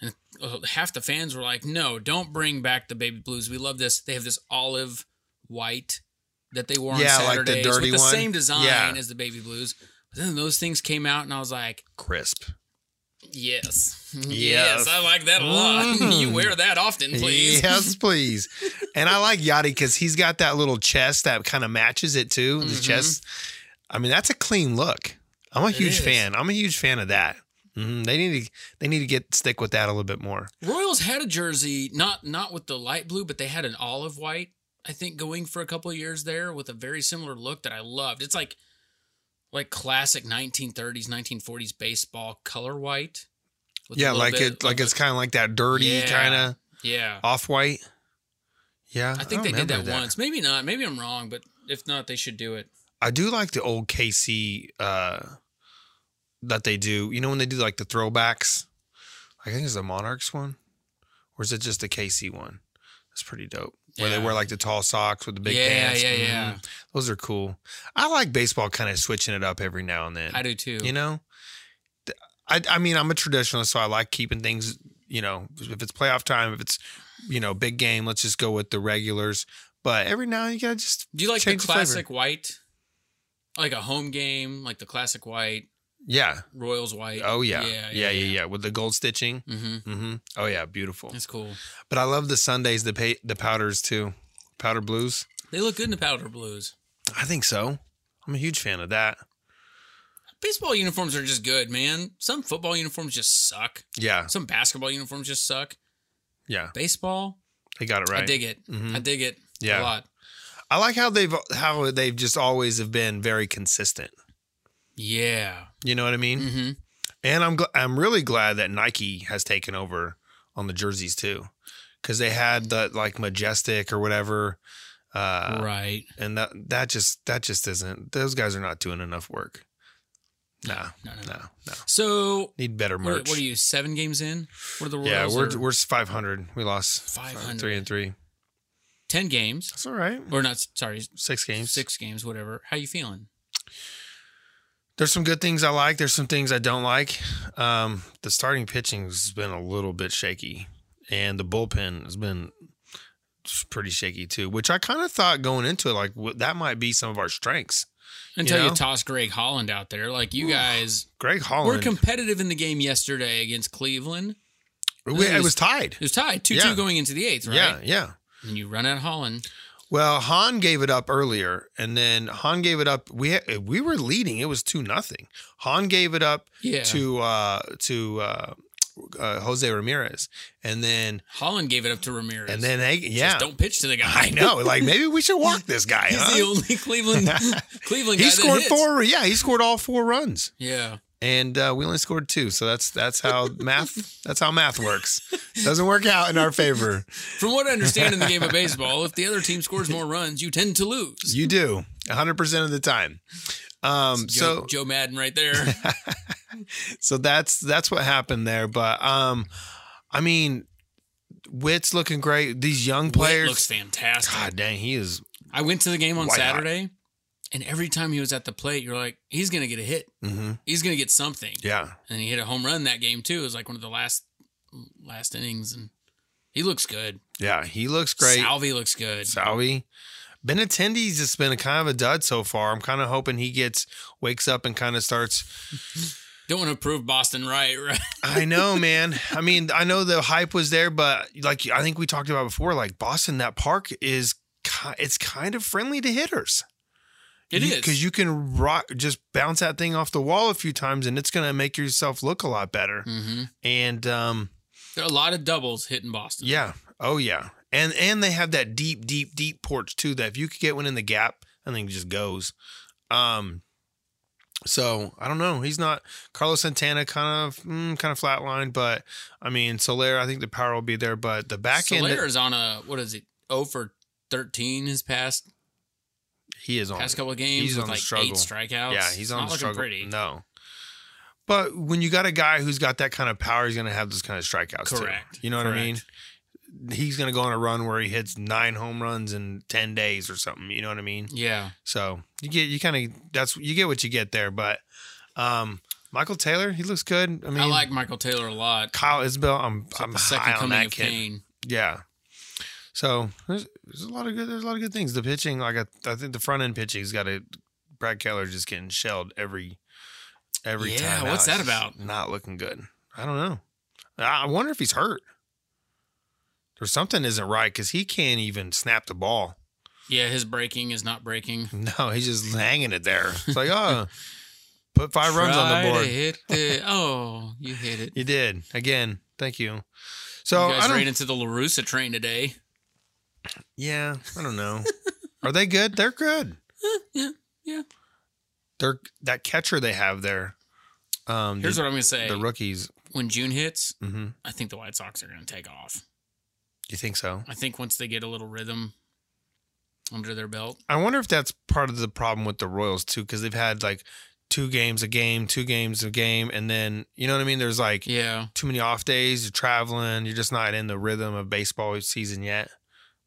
[SPEAKER 2] And uh, half the fans were like, "No, don't bring back the baby blues. We love this. They have this olive white that they wore on
[SPEAKER 1] Yeah, like the
[SPEAKER 2] Saturdays
[SPEAKER 1] dirty
[SPEAKER 2] with the
[SPEAKER 1] one.
[SPEAKER 2] same design
[SPEAKER 1] Yeah.
[SPEAKER 2] as the baby blues." But then those things came out, and I was like,
[SPEAKER 1] Crisp.
[SPEAKER 2] "Yes, yes,
[SPEAKER 1] Yes.
[SPEAKER 2] I like that a lot.
[SPEAKER 1] Mm.
[SPEAKER 2] you wear that often, please."
[SPEAKER 1] Yes, please. and I like Yachty because he's got that little chest that kind of matches it too. The
[SPEAKER 2] Mhm.
[SPEAKER 1] chest. I mean, that's a clean look. I'm a
[SPEAKER 2] It
[SPEAKER 1] huge
[SPEAKER 2] is.
[SPEAKER 1] fan. I'm a huge fan of that. Mhm. They need to they need to get stick with that a little bit more.
[SPEAKER 2] Royals had a jersey, not not with the light blue, but they had an olive white. I think going for a couple of years there with a very similar look that I loved. It's like like classic 1930s, 1940s baseball color white. with a
[SPEAKER 1] yeah,
[SPEAKER 2] little
[SPEAKER 1] like
[SPEAKER 2] bit
[SPEAKER 1] it like
[SPEAKER 2] of
[SPEAKER 1] it's kind of like that dirty
[SPEAKER 2] Yeah.
[SPEAKER 1] kind of
[SPEAKER 2] the- yeah.
[SPEAKER 1] off white. Yeah,
[SPEAKER 2] I think they did
[SPEAKER 1] remember
[SPEAKER 2] that, once. Maybe not. Maybe I'm wrong, but if not, they should do it.
[SPEAKER 1] I do like the old KC uh, that they do. You know when they do like the throwbacks? I think it's the Monarchs one, or is it just the KC one? It's pretty dope. Where
[SPEAKER 2] Yeah.
[SPEAKER 1] they wear like the tall socks with the big
[SPEAKER 2] Yeah,
[SPEAKER 1] pants.
[SPEAKER 2] yeah, yeah.
[SPEAKER 1] Mhm. Those are cool. I like baseball kind of switching it up every now and then.
[SPEAKER 2] I do too.
[SPEAKER 1] You know, Th- I I mean I'm a traditionalist, so I like keeping things. You know, if it's playoff time, if it's you know big game, let's just go with the regulars. But every now and you gotta just
[SPEAKER 2] do you like the
[SPEAKER 1] change the flavor.
[SPEAKER 2] classic white? Like a home game, like the classic white,
[SPEAKER 1] yeah.
[SPEAKER 2] Royals white.
[SPEAKER 1] Oh yeah, yeah, yeah, yeah. With the gold stitching.
[SPEAKER 2] Mm-hmm.
[SPEAKER 1] hmm Oh yeah, beautiful.
[SPEAKER 2] That's cool.
[SPEAKER 1] But I love the Sundays, the pa- the powders too, powder blues.
[SPEAKER 2] They look good in the powder blues.
[SPEAKER 1] I think so. I'm a huge fan of that.
[SPEAKER 2] Baseball uniforms are just good, man. Some football uniforms just suck.
[SPEAKER 1] Yeah,
[SPEAKER 2] Some basketball uniforms just suck.
[SPEAKER 1] yeah,
[SPEAKER 2] Baseball,
[SPEAKER 1] they got it right.
[SPEAKER 2] I dig it.
[SPEAKER 1] Mhm.
[SPEAKER 2] I dig it
[SPEAKER 1] Yeah.
[SPEAKER 2] a lot.
[SPEAKER 1] I like how they've how they've just always have been very consistent.
[SPEAKER 2] Yeah.
[SPEAKER 1] You know what I mean?
[SPEAKER 2] Mm-hmm.
[SPEAKER 1] And I'm gl- I'm really glad that Nike has taken over on the jerseys too, because they had the like majestic or whatever, uh,
[SPEAKER 2] right.
[SPEAKER 1] and that that just that just isn't. Those guys are not doing enough work. Nah,
[SPEAKER 2] No, no, no.
[SPEAKER 1] no, no.
[SPEAKER 2] So,
[SPEAKER 1] Need better
[SPEAKER 2] what,
[SPEAKER 1] merch.
[SPEAKER 2] what are you, seven games in? What are the Royals?
[SPEAKER 1] yeah, we're
[SPEAKER 2] They're
[SPEAKER 1] we're 500. We lost
[SPEAKER 2] 500.
[SPEAKER 1] three and three.
[SPEAKER 2] 10 games.
[SPEAKER 1] That's all right.
[SPEAKER 2] Or not, sorry,
[SPEAKER 1] Six games.
[SPEAKER 2] six games, whatever. How you feeling?
[SPEAKER 1] There's some good things I like. There's some things I don't like. Um, the starting pitching's been a little bit shaky, and the bullpen has been just pretty shaky too. Which I kind of thought going into it, like wh- that might be some of our strengths.
[SPEAKER 2] Until you,
[SPEAKER 1] know?
[SPEAKER 2] toss Greg Holland out there. Like, you guys
[SPEAKER 1] Greg
[SPEAKER 2] were
[SPEAKER 1] Holland,
[SPEAKER 2] competitive in the game yesterday against Cleveland.
[SPEAKER 1] we- it
[SPEAKER 2] was-
[SPEAKER 1] was tied.
[SPEAKER 2] It was tied 2 2
[SPEAKER 1] Yeah.
[SPEAKER 2] going into the eighth, right?
[SPEAKER 1] Yeah, yeah.
[SPEAKER 2] And you run out Holland.
[SPEAKER 1] Well, Han gave it up earlier, and then Han gave it up. We ha- we were leading. It was two nothing. Han gave it up
[SPEAKER 2] Yeah.
[SPEAKER 1] to uh, to uh, uh, Jose Ramirez, and then
[SPEAKER 2] Holland gave it up to Ramirez.
[SPEAKER 1] and then they yeah.
[SPEAKER 2] Just don't pitch to the guy.
[SPEAKER 1] I know. Like maybe we should walk this guy.
[SPEAKER 2] He's
[SPEAKER 1] huh?
[SPEAKER 2] the only Cleveland Cleveland guy
[SPEAKER 1] he
[SPEAKER 2] that
[SPEAKER 1] scored
[SPEAKER 2] hits.
[SPEAKER 1] four. Yeah, he scored all four runs,
[SPEAKER 2] Yeah.
[SPEAKER 1] and uh, we only scored two. So that's that's how math that's how math works. Doesn't work out in our favor.
[SPEAKER 2] From what I understand in the game of baseball, if the other team scores more runs, you tend to lose.
[SPEAKER 1] You do hundred percent of the time. Um,
[SPEAKER 2] Joe,
[SPEAKER 1] so
[SPEAKER 2] Joe Madden right there.
[SPEAKER 1] so that's that's what happened there. But um, I mean, Witt's looking great. These young
[SPEAKER 2] Witt
[SPEAKER 1] players.
[SPEAKER 2] looks fantastic.
[SPEAKER 1] God dang, he is.
[SPEAKER 2] I went to the game on
[SPEAKER 1] Why not?
[SPEAKER 2] Saturday, and every time he was at the plate, you're like, he's gonna get a hit.
[SPEAKER 1] hmm
[SPEAKER 2] He's gonna get something.
[SPEAKER 1] yeah,
[SPEAKER 2] And he hit a home run that game too. It was like one of the last last innings, and he looks good.
[SPEAKER 1] yeah, he looks great.
[SPEAKER 2] Salvi looks good.
[SPEAKER 1] Salvi. Benatendi's just been a kind of a dud so far. I'm kind of hoping he gets wakes up and kind of starts.
[SPEAKER 2] Don't want to prove Boston right, right?
[SPEAKER 1] I know, man. I mean, I know the hype was there, but like I think we talked about before, like Boston, that park is ki- it's kind of friendly to hitters.
[SPEAKER 2] It is
[SPEAKER 1] because you can rock, just bounce that thing off the wall a few times, and it's gonna make yourself look a lot better.
[SPEAKER 2] hmm
[SPEAKER 1] And um,
[SPEAKER 2] There are a lot of doubles hitting Boston.
[SPEAKER 1] yeah, oh yeah, and and they have that deep, deep, deep porch too. That if you could get one in the gap, I think it just goes. Um, so I don't know. He's not Carlos Santana, kind of mm, kind of flatlined, but I mean Soler. I think the power will be there, but the back
[SPEAKER 2] Soler
[SPEAKER 1] end
[SPEAKER 2] is on a what is it? Oh for thirteen his past
[SPEAKER 1] he is on.
[SPEAKER 2] past
[SPEAKER 1] it.
[SPEAKER 2] couple of games
[SPEAKER 1] He's
[SPEAKER 2] with
[SPEAKER 1] on the
[SPEAKER 2] like
[SPEAKER 1] struggle.
[SPEAKER 2] eight strikeouts.
[SPEAKER 1] Yeah, he's on
[SPEAKER 2] Not
[SPEAKER 1] the
[SPEAKER 2] looking
[SPEAKER 1] struggle.
[SPEAKER 2] pretty.
[SPEAKER 1] No. But when you got a guy who's got that kind of power, he's going to have those kind of strikeouts. too.
[SPEAKER 2] Correct.
[SPEAKER 1] You know what I mean?
[SPEAKER 2] Correct.
[SPEAKER 1] He's going to go on a run where he hits nine home runs in 10 days or something. You know what I mean?
[SPEAKER 2] Yeah.
[SPEAKER 1] So you get, you kind of, that's, you get what you get there. But um Michael Taylor, he looks good. I mean,
[SPEAKER 2] I, like Michael Taylor a lot.
[SPEAKER 1] Kyle Isbell. I'm, I'm
[SPEAKER 2] the second
[SPEAKER 1] high on
[SPEAKER 2] coming
[SPEAKER 1] that
[SPEAKER 2] of
[SPEAKER 1] kid.
[SPEAKER 2] Kane.
[SPEAKER 1] Yeah. So there's, there's a lot of good there's a lot of good things. The pitching, like I, I think the front end pitching's got a Brad Keller's just getting shelled every every
[SPEAKER 2] Yeah,
[SPEAKER 1] time.
[SPEAKER 2] what's
[SPEAKER 1] out.
[SPEAKER 2] that
[SPEAKER 1] It's
[SPEAKER 2] about?
[SPEAKER 1] Not looking good. I don't know. I I wonder if he's hurt. Or something isn't right because he can't even snap the ball.
[SPEAKER 2] Yeah, his breaking is not breaking.
[SPEAKER 1] No, he's just hanging it there. It's like, oh, put five runs on the
[SPEAKER 2] Try to
[SPEAKER 1] board.
[SPEAKER 2] hit the- oh, you hit it.
[SPEAKER 1] You did again. Thank you. So
[SPEAKER 2] you
[SPEAKER 1] I
[SPEAKER 2] guys
[SPEAKER 1] don't.
[SPEAKER 2] ran into the Larusa train today.
[SPEAKER 1] Yeah, I don't know. Are they good? They're good.
[SPEAKER 2] yeah, yeah.
[SPEAKER 1] They're that catcher they have there. Um,
[SPEAKER 2] Here's
[SPEAKER 1] the,
[SPEAKER 2] what I'm gonna say.
[SPEAKER 1] the rookies.
[SPEAKER 2] when June hits,
[SPEAKER 1] hmm
[SPEAKER 2] I think the White Sox are gonna take off.
[SPEAKER 1] You think so?
[SPEAKER 2] I think once they get a little rhythm under their belt.
[SPEAKER 1] I wonder if that's part of the problem with the Royals too, because they've had like two games a game, two games a game, and then you know what I mean. There's like
[SPEAKER 2] Yeah.
[SPEAKER 1] too many off days. You're traveling. You're just not in the rhythm of baseball season yet.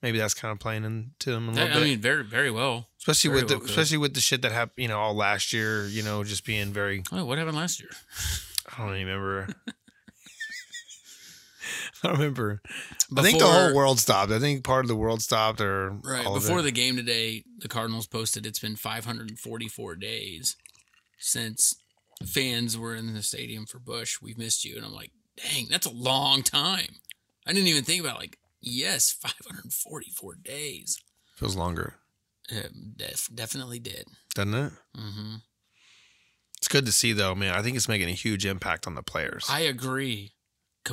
[SPEAKER 1] maybe that's kind of playing into them a little
[SPEAKER 2] That-
[SPEAKER 1] bit.
[SPEAKER 2] I mean, very very well.
[SPEAKER 1] especially
[SPEAKER 2] very
[SPEAKER 1] with the
[SPEAKER 2] well could.
[SPEAKER 1] especially with the shit that happened, you know, all last year. You know, just being very.
[SPEAKER 2] Oh, what happened last year?
[SPEAKER 1] I don't even remember. I don't remember.
[SPEAKER 2] Before,
[SPEAKER 1] I think the whole world stopped. I think part of the world stopped, or
[SPEAKER 2] Right
[SPEAKER 1] all of
[SPEAKER 2] before
[SPEAKER 1] it.
[SPEAKER 2] the game today, the Cardinals posted it's been 544 days since fans were in the stadium for Bush. We missed you, and I'm like, dang, that's a long time. I didn't even think about like, yes, 544 days.
[SPEAKER 1] feels longer,
[SPEAKER 2] Um, def- definitely did.
[SPEAKER 1] doesn't it?
[SPEAKER 2] hmm
[SPEAKER 1] It's good to see though, man. I think it's making a huge impact on the players.
[SPEAKER 2] I agree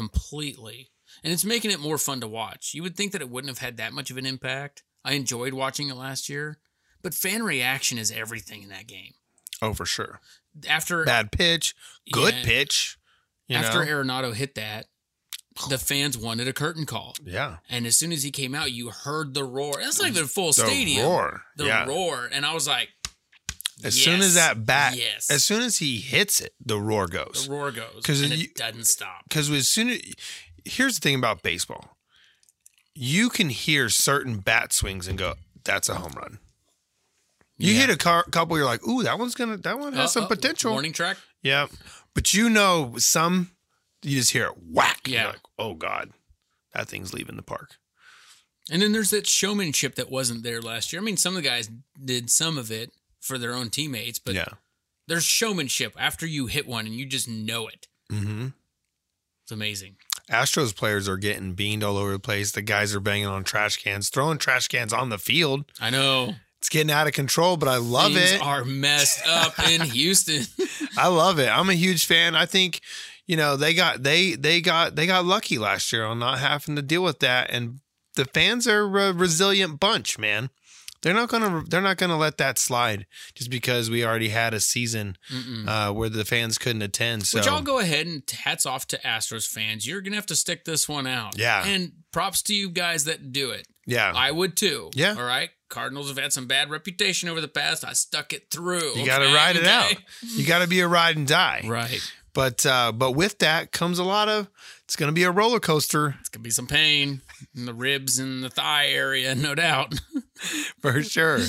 [SPEAKER 2] completely. And it's making it more fun to watch. You would think that it wouldn't have had that much of an impact. I enjoyed watching it last year, but fan reaction is everything in that game.
[SPEAKER 1] oh, for sure.
[SPEAKER 2] After
[SPEAKER 1] Bad pitch, good
[SPEAKER 2] yeah,
[SPEAKER 1] pitch. You
[SPEAKER 2] After
[SPEAKER 1] know?
[SPEAKER 2] Arenado hit that, the fans wanted a curtain call.
[SPEAKER 1] yeah,
[SPEAKER 2] And as soon as he came out, you heard the roar. That's not even a full
[SPEAKER 1] the
[SPEAKER 2] stadium.
[SPEAKER 1] roar.
[SPEAKER 2] The
[SPEAKER 1] yeah.
[SPEAKER 2] roar. And I was like,
[SPEAKER 1] As soon
[SPEAKER 2] yes,
[SPEAKER 1] as that bat,
[SPEAKER 2] yes.
[SPEAKER 1] as soon as he hits it, the roar goes.
[SPEAKER 2] the roar goes.
[SPEAKER 1] 'Cause
[SPEAKER 2] And
[SPEAKER 1] you-
[SPEAKER 2] it doesn't stop.
[SPEAKER 1] because as soon as here's the thing about baseball, you can hear certain bat swings and go, "That's a home run." You
[SPEAKER 2] Yeah.
[SPEAKER 1] hit a car, couple, you're like, "Ooh, that one's gonna, that one has
[SPEAKER 2] Uh,
[SPEAKER 1] some
[SPEAKER 2] uh,
[SPEAKER 1] potential."
[SPEAKER 2] Warning track.
[SPEAKER 1] Yeah, but you know some, you just hear it whack. You're
[SPEAKER 2] Yeah.
[SPEAKER 1] like, oh god, that thing's leaving the park.
[SPEAKER 2] And then there's that showmanship that wasn't there last year. I mean, some of the guys did some of it for their own teammates, but
[SPEAKER 1] yeah.
[SPEAKER 2] there's showmanship after you hit one and you just know it.
[SPEAKER 1] Mm-hmm.
[SPEAKER 2] It's amazing.
[SPEAKER 1] Astros players are getting beamed all over the place. The guys are banging on trash cans, throwing trash cans on the field.
[SPEAKER 2] I know.
[SPEAKER 1] It's getting out of control, but I love
[SPEAKER 2] Things
[SPEAKER 1] it.
[SPEAKER 2] are messed up in Houston.
[SPEAKER 1] I love it. I'm a huge fan. I think, you know, they got they they got they got lucky last year on not having to deal with that, and the fans are a resilient bunch, man. They're not gonna they're not gonna let that slide just because we already had a season
[SPEAKER 2] Mm-mm.
[SPEAKER 1] uh, where the fans couldn't attend. So
[SPEAKER 2] Which I'll go ahead and hats off to Astros fans. You're gonna have to stick this one out.
[SPEAKER 1] Yeah.
[SPEAKER 2] And props to you guys that do it.
[SPEAKER 1] yeah,
[SPEAKER 2] I would too.
[SPEAKER 1] Yeah.
[SPEAKER 2] All right. Cardinals have had some bad reputation over the past. I stuck it through.
[SPEAKER 1] you got to
[SPEAKER 2] okay?
[SPEAKER 1] ride it
[SPEAKER 2] Okay.
[SPEAKER 1] out. You got to be a ride and die.
[SPEAKER 2] Right.
[SPEAKER 1] But uh, but with that comes a lot of it's gonna be a roller coaster
[SPEAKER 2] It's gonna be some pain in the ribs and the thigh area, no doubt.
[SPEAKER 1] for sure.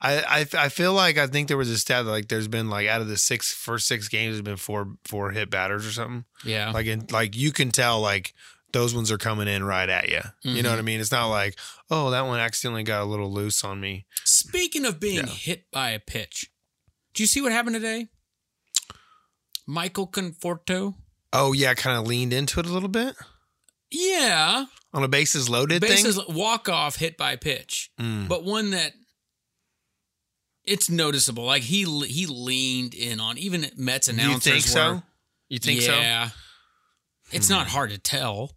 [SPEAKER 1] I, I I feel like I think there was a stat that like there's been like out of the six first six games there's been four four hit batters or something.
[SPEAKER 2] Yeah.
[SPEAKER 1] Like in, like you can tell like those ones are coming in right at you. You
[SPEAKER 2] Mm-hmm.
[SPEAKER 1] know what I mean? It's not like oh that one accidentally got a little loose on me.
[SPEAKER 2] Speaking of being
[SPEAKER 1] Yeah.
[SPEAKER 2] hit by a pitch, do you see what happened today? Michael Conforto.
[SPEAKER 1] Oh yeah, kind of leaned into it a little bit
[SPEAKER 2] Yeah.
[SPEAKER 1] on a bases loaded
[SPEAKER 2] bases
[SPEAKER 1] thing.
[SPEAKER 2] walk off hit by pitch,
[SPEAKER 1] Mm.
[SPEAKER 2] but one that it's noticeable. Like he he leaned in on even Mets
[SPEAKER 1] You
[SPEAKER 2] announcers.
[SPEAKER 1] think so?
[SPEAKER 2] were-
[SPEAKER 1] You think so? Hmm.
[SPEAKER 2] yeah. It's not hard to tell.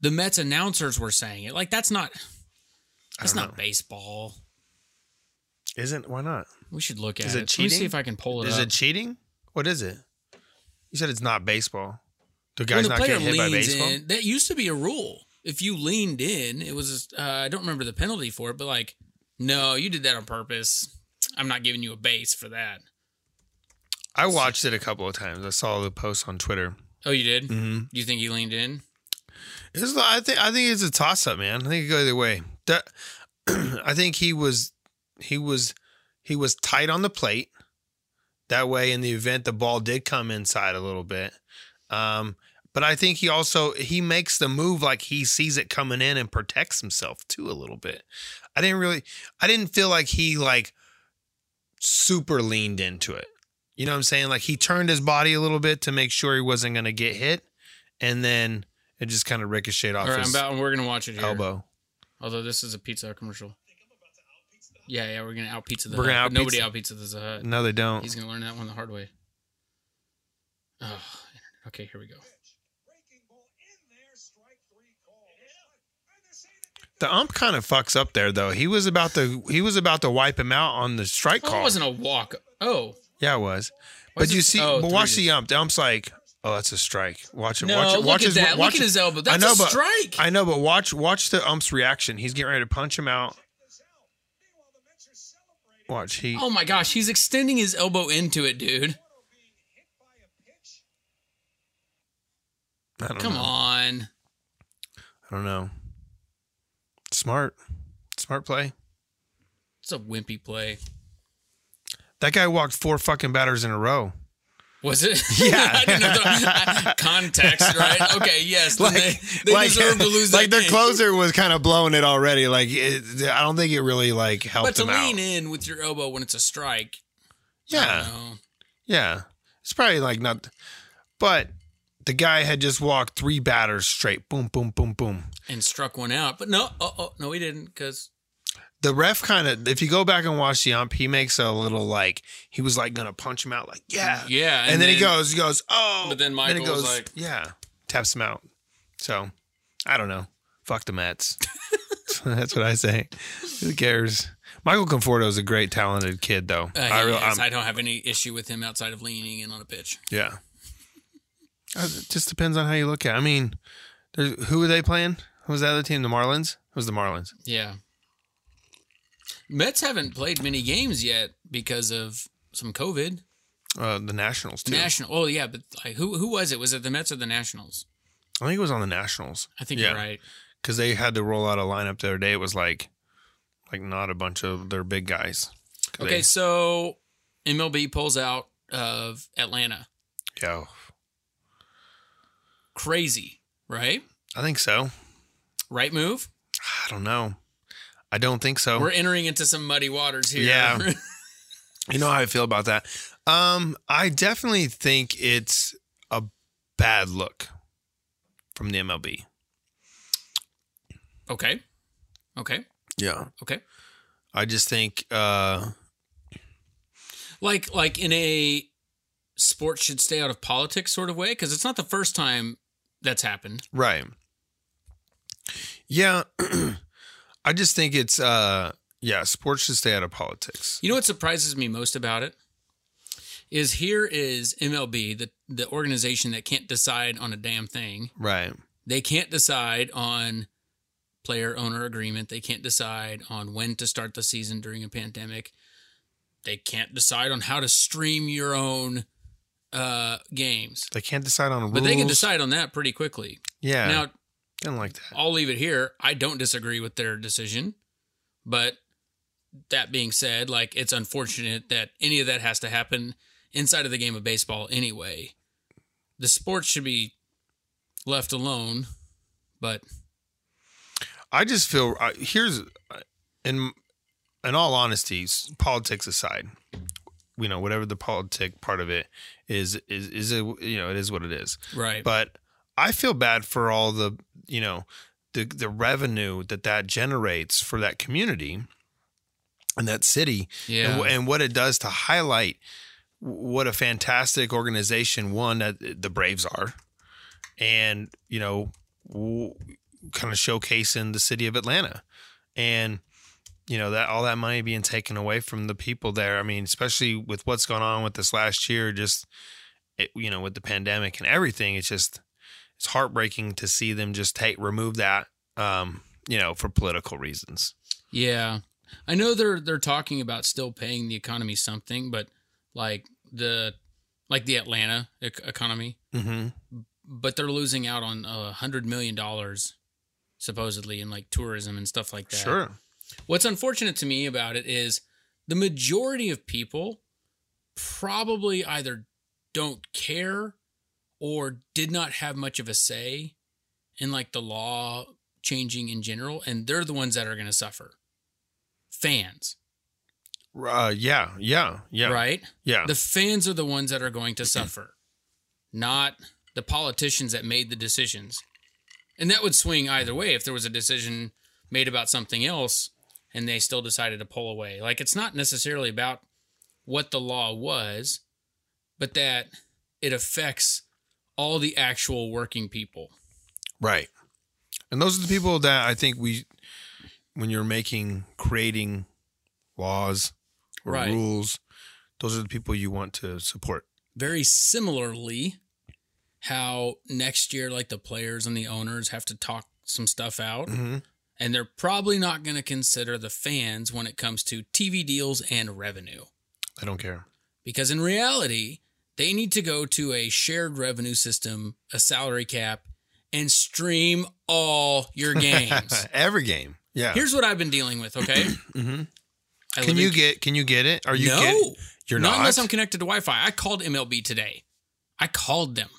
[SPEAKER 2] The Mets announcers were saying it. Like that's not that's
[SPEAKER 1] don't
[SPEAKER 2] not baseball.
[SPEAKER 1] Isn't why not?
[SPEAKER 2] We should look at
[SPEAKER 1] Is
[SPEAKER 2] it.
[SPEAKER 1] it
[SPEAKER 2] Let me see
[SPEAKER 1] cheating?
[SPEAKER 2] if I can pull it
[SPEAKER 1] Is
[SPEAKER 2] up.
[SPEAKER 1] it cheating? What is it? You said it's not baseball. The
[SPEAKER 2] When
[SPEAKER 1] guy's
[SPEAKER 2] the
[SPEAKER 1] not
[SPEAKER 2] player
[SPEAKER 1] getting hit by
[SPEAKER 2] leans
[SPEAKER 1] baseball.
[SPEAKER 2] in, that used to be a rule. If you leaned in, it was uh, I don't remember the penalty for it, but like, no, you did that on purpose. I'm not giving you a base for that.
[SPEAKER 1] I watched it a couple of times. I saw the post on Twitter.
[SPEAKER 2] Oh, you did? Mm-hmm. You think he leaned in?
[SPEAKER 1] It's, I think I think it's a toss up, man. I think it go either way. That, I think he was he was he was tight on the plate. That way, in the event the ball did come inside a little bit, um, but I think he also he makes the move like he sees it coming in and protects himself too a little bit. I didn't really I didn't feel like he like super leaned into it. You know what I'm saying? Like he turned his body a little bit to make sure he wasn't going to get hit, and then it just kind of ricocheted off
[SPEAKER 2] All right, I'm
[SPEAKER 1] his
[SPEAKER 2] about, we're gonna watch it here.
[SPEAKER 1] elbow.
[SPEAKER 2] Although this is a pizza Hut commercial. Yeah, yeah, we're gonna out pizza the
[SPEAKER 1] We're
[SPEAKER 2] hut.
[SPEAKER 1] gonna
[SPEAKER 2] but Nobody
[SPEAKER 1] out-pizza-
[SPEAKER 2] out pizza the hut.
[SPEAKER 1] No, they don't.
[SPEAKER 2] He's gonna learn that one the hard way. Oh, internet. okay, here we go.
[SPEAKER 1] the ump kind of fucks up there though. He was about to he was about to wipe him out on the strike
[SPEAKER 2] Oh, it
[SPEAKER 1] call.
[SPEAKER 2] wasn't a walk. Oh,
[SPEAKER 1] yeah, it was.
[SPEAKER 2] Why
[SPEAKER 1] But
[SPEAKER 2] is
[SPEAKER 1] you
[SPEAKER 2] it-
[SPEAKER 1] see,
[SPEAKER 2] oh,
[SPEAKER 1] but
[SPEAKER 2] three
[SPEAKER 1] watch
[SPEAKER 2] to-
[SPEAKER 1] the ump. The ump's like, oh, that's a strike. Watch it.
[SPEAKER 2] No,
[SPEAKER 1] watch it.
[SPEAKER 2] look
[SPEAKER 1] watch
[SPEAKER 2] at
[SPEAKER 1] his,
[SPEAKER 2] that. Look
[SPEAKER 1] watch
[SPEAKER 2] at
[SPEAKER 1] it.
[SPEAKER 2] his elbow.
[SPEAKER 1] I
[SPEAKER 2] That's
[SPEAKER 1] know,
[SPEAKER 2] a
[SPEAKER 1] but-
[SPEAKER 2] strike.
[SPEAKER 1] I know, but watch watch the ump's reaction. He's getting ready to punch him out. Watch he.
[SPEAKER 2] Oh my gosh, he's extending his elbow into it, dude.
[SPEAKER 1] I don't
[SPEAKER 2] Come
[SPEAKER 1] know.
[SPEAKER 2] on.
[SPEAKER 1] I don't know. Smart. Smart play.
[SPEAKER 2] It's a wimpy play.
[SPEAKER 1] That guy walked four fucking batters in a row.
[SPEAKER 2] Was it?
[SPEAKER 1] Yeah.
[SPEAKER 2] I didn't know the context, right? Okay, yes. then they they deserve to lose
[SPEAKER 1] like
[SPEAKER 2] that
[SPEAKER 1] their
[SPEAKER 2] game.
[SPEAKER 1] closer was kind of blowing it already. Like it, I don't think it really like helped
[SPEAKER 2] But to
[SPEAKER 1] him out.
[SPEAKER 2] lean in with your elbow when it's a strike, I
[SPEAKER 1] yeah,
[SPEAKER 2] don't know.
[SPEAKER 1] yeah. It's probably like not, but the guy had just walked three batters straight. Boom, boom, boom, boom.
[SPEAKER 2] and struck one out. But no, oh, oh no, he didn't because
[SPEAKER 1] The ref kind of, if you go back and watch the ump, he makes a little like he was like gonna punch him out, like yeah,
[SPEAKER 2] yeah,
[SPEAKER 1] and, then, he goes, he goes, oh.
[SPEAKER 2] But then
[SPEAKER 1] it
[SPEAKER 2] Michael was like-
[SPEAKER 1] yeah, taps him out. So I don't know. Fuck the Mets. That's what I say. Who cares? Michael Conforto is a great, talented kid, though.
[SPEAKER 2] Uh,
[SPEAKER 1] I
[SPEAKER 2] I,
[SPEAKER 1] real- I'm-
[SPEAKER 2] I don't have any issue with him outside of leaning in on a pitch.
[SPEAKER 1] yeah. Uh, It just depends on how you look at. it. I mean, there's, who were they playing? Who was the other team? The Marlins. It was the Marlins.
[SPEAKER 2] Yeah. Mets haven't played many games yet because of some COVID.
[SPEAKER 1] Uh, the Nationals too.
[SPEAKER 2] National. Oh yeah, but like, who who was it? Was it the Mets or the Nationals?
[SPEAKER 1] I think it was on the Nationals.
[SPEAKER 2] I think
[SPEAKER 1] Yeah.
[SPEAKER 2] you're right.
[SPEAKER 1] because they had to roll out a lineup the other day. It was like, like not a bunch of their big guys. 'Cause
[SPEAKER 2] Okay,
[SPEAKER 1] they-
[SPEAKER 2] so MLB pulls out of Atlanta.
[SPEAKER 1] yeah,
[SPEAKER 2] Crazy, right?
[SPEAKER 1] I think so.
[SPEAKER 2] Right move.
[SPEAKER 1] I don't know. I don't think so.
[SPEAKER 2] We're entering into some muddy waters here.
[SPEAKER 1] Oh. Yeah. you know how I feel about that. Um, I definitely think it's a bad look from the MLB.
[SPEAKER 2] okay. Okay.
[SPEAKER 1] Yeah.
[SPEAKER 2] Okay.
[SPEAKER 1] I just think uh
[SPEAKER 2] like like in a sports should stay out of politics sort of way because it's not the first time that's happened
[SPEAKER 1] Right. Yeah. I just think it's uh yeah, sports should stay out of politics.
[SPEAKER 2] you know what surprises me most about it is here is mlb the, the organization that can't decide on a damn thing
[SPEAKER 1] Right.
[SPEAKER 2] they can't decide on player owner agreement they can't decide on when to start the season during a pandemic they can't decide on how to stream your own uh games
[SPEAKER 1] They can't decide on rules.
[SPEAKER 2] but they can decide on that pretty quickly
[SPEAKER 1] Yeah.
[SPEAKER 2] now
[SPEAKER 1] didn't like that.
[SPEAKER 2] I'll leave it here. I don't disagree with their decision, but that being said, like it's unfortunate that any of that has to happen inside of the game of baseball anyway. The sport should be left alone, but
[SPEAKER 1] I just feel I, here's in in all honesty, s- politics aside, you know, whatever the politic part of it is is is it you know it is what it is.
[SPEAKER 2] right.
[SPEAKER 1] But I feel bad for all the you know the the revenue that that generates for that community and that city
[SPEAKER 2] yeah.
[SPEAKER 1] and, wh- and what it does to highlight w- what a fantastic organization one that the Braves are, and you know, w- kind of showcasing the city of Atlanta, and you know that all that money being taken away from the people there. I mean, especially with what's gone on with this last year, just it, you know, with the pandemic and everything, it's just it's heartbreaking to see them just take remove that, um, you know, for political reasons.
[SPEAKER 2] yeah. I know they're they're talking about still paying the economy something, but like the like the Atlanta e- economy,
[SPEAKER 1] Mm-hmm.
[SPEAKER 2] but they're losing out on a hundred million dollars supposedly in like tourism and stuff like that.
[SPEAKER 1] Sure.
[SPEAKER 2] What's unfortunate to me about it is the majority of people probably either don't care or did not have much of a say in like the law changing in general and they're the ones that are going to suffer. Fans,
[SPEAKER 1] Uh, yeah, yeah, yeah,
[SPEAKER 2] right?
[SPEAKER 1] yeah.
[SPEAKER 2] The fans are the ones that are going to suffer, not the politicians that made the decisions. And that would swing either way if there was a decision made about something else and they still decided to pull away. Like it's not necessarily about what the law was, but that it affects all the actual working people.
[SPEAKER 1] right. And those are the people that I think we, when you're making, creating laws or
[SPEAKER 2] Right.
[SPEAKER 1] rules, those are the people you want to support.
[SPEAKER 2] very similarly how next year like the players and the owners have to talk some stuff out
[SPEAKER 1] Mhm.
[SPEAKER 2] and they're probably not going to consider the fans when it comes to TV deals and revenue
[SPEAKER 1] I don't care.
[SPEAKER 2] because in reality they need to go to a shared revenue system a salary cap and stream all your games
[SPEAKER 1] Uh, Every game. Yeah.
[SPEAKER 2] Here's what I've been dealing with. Okay.
[SPEAKER 1] Mhm.
[SPEAKER 2] I
[SPEAKER 1] Can
[SPEAKER 2] live
[SPEAKER 1] you
[SPEAKER 2] in-
[SPEAKER 1] get can you get it? Are you
[SPEAKER 2] no?
[SPEAKER 1] get- you're not.
[SPEAKER 2] unless I'm connected to Wi-Fi. I called MLB today. I called them.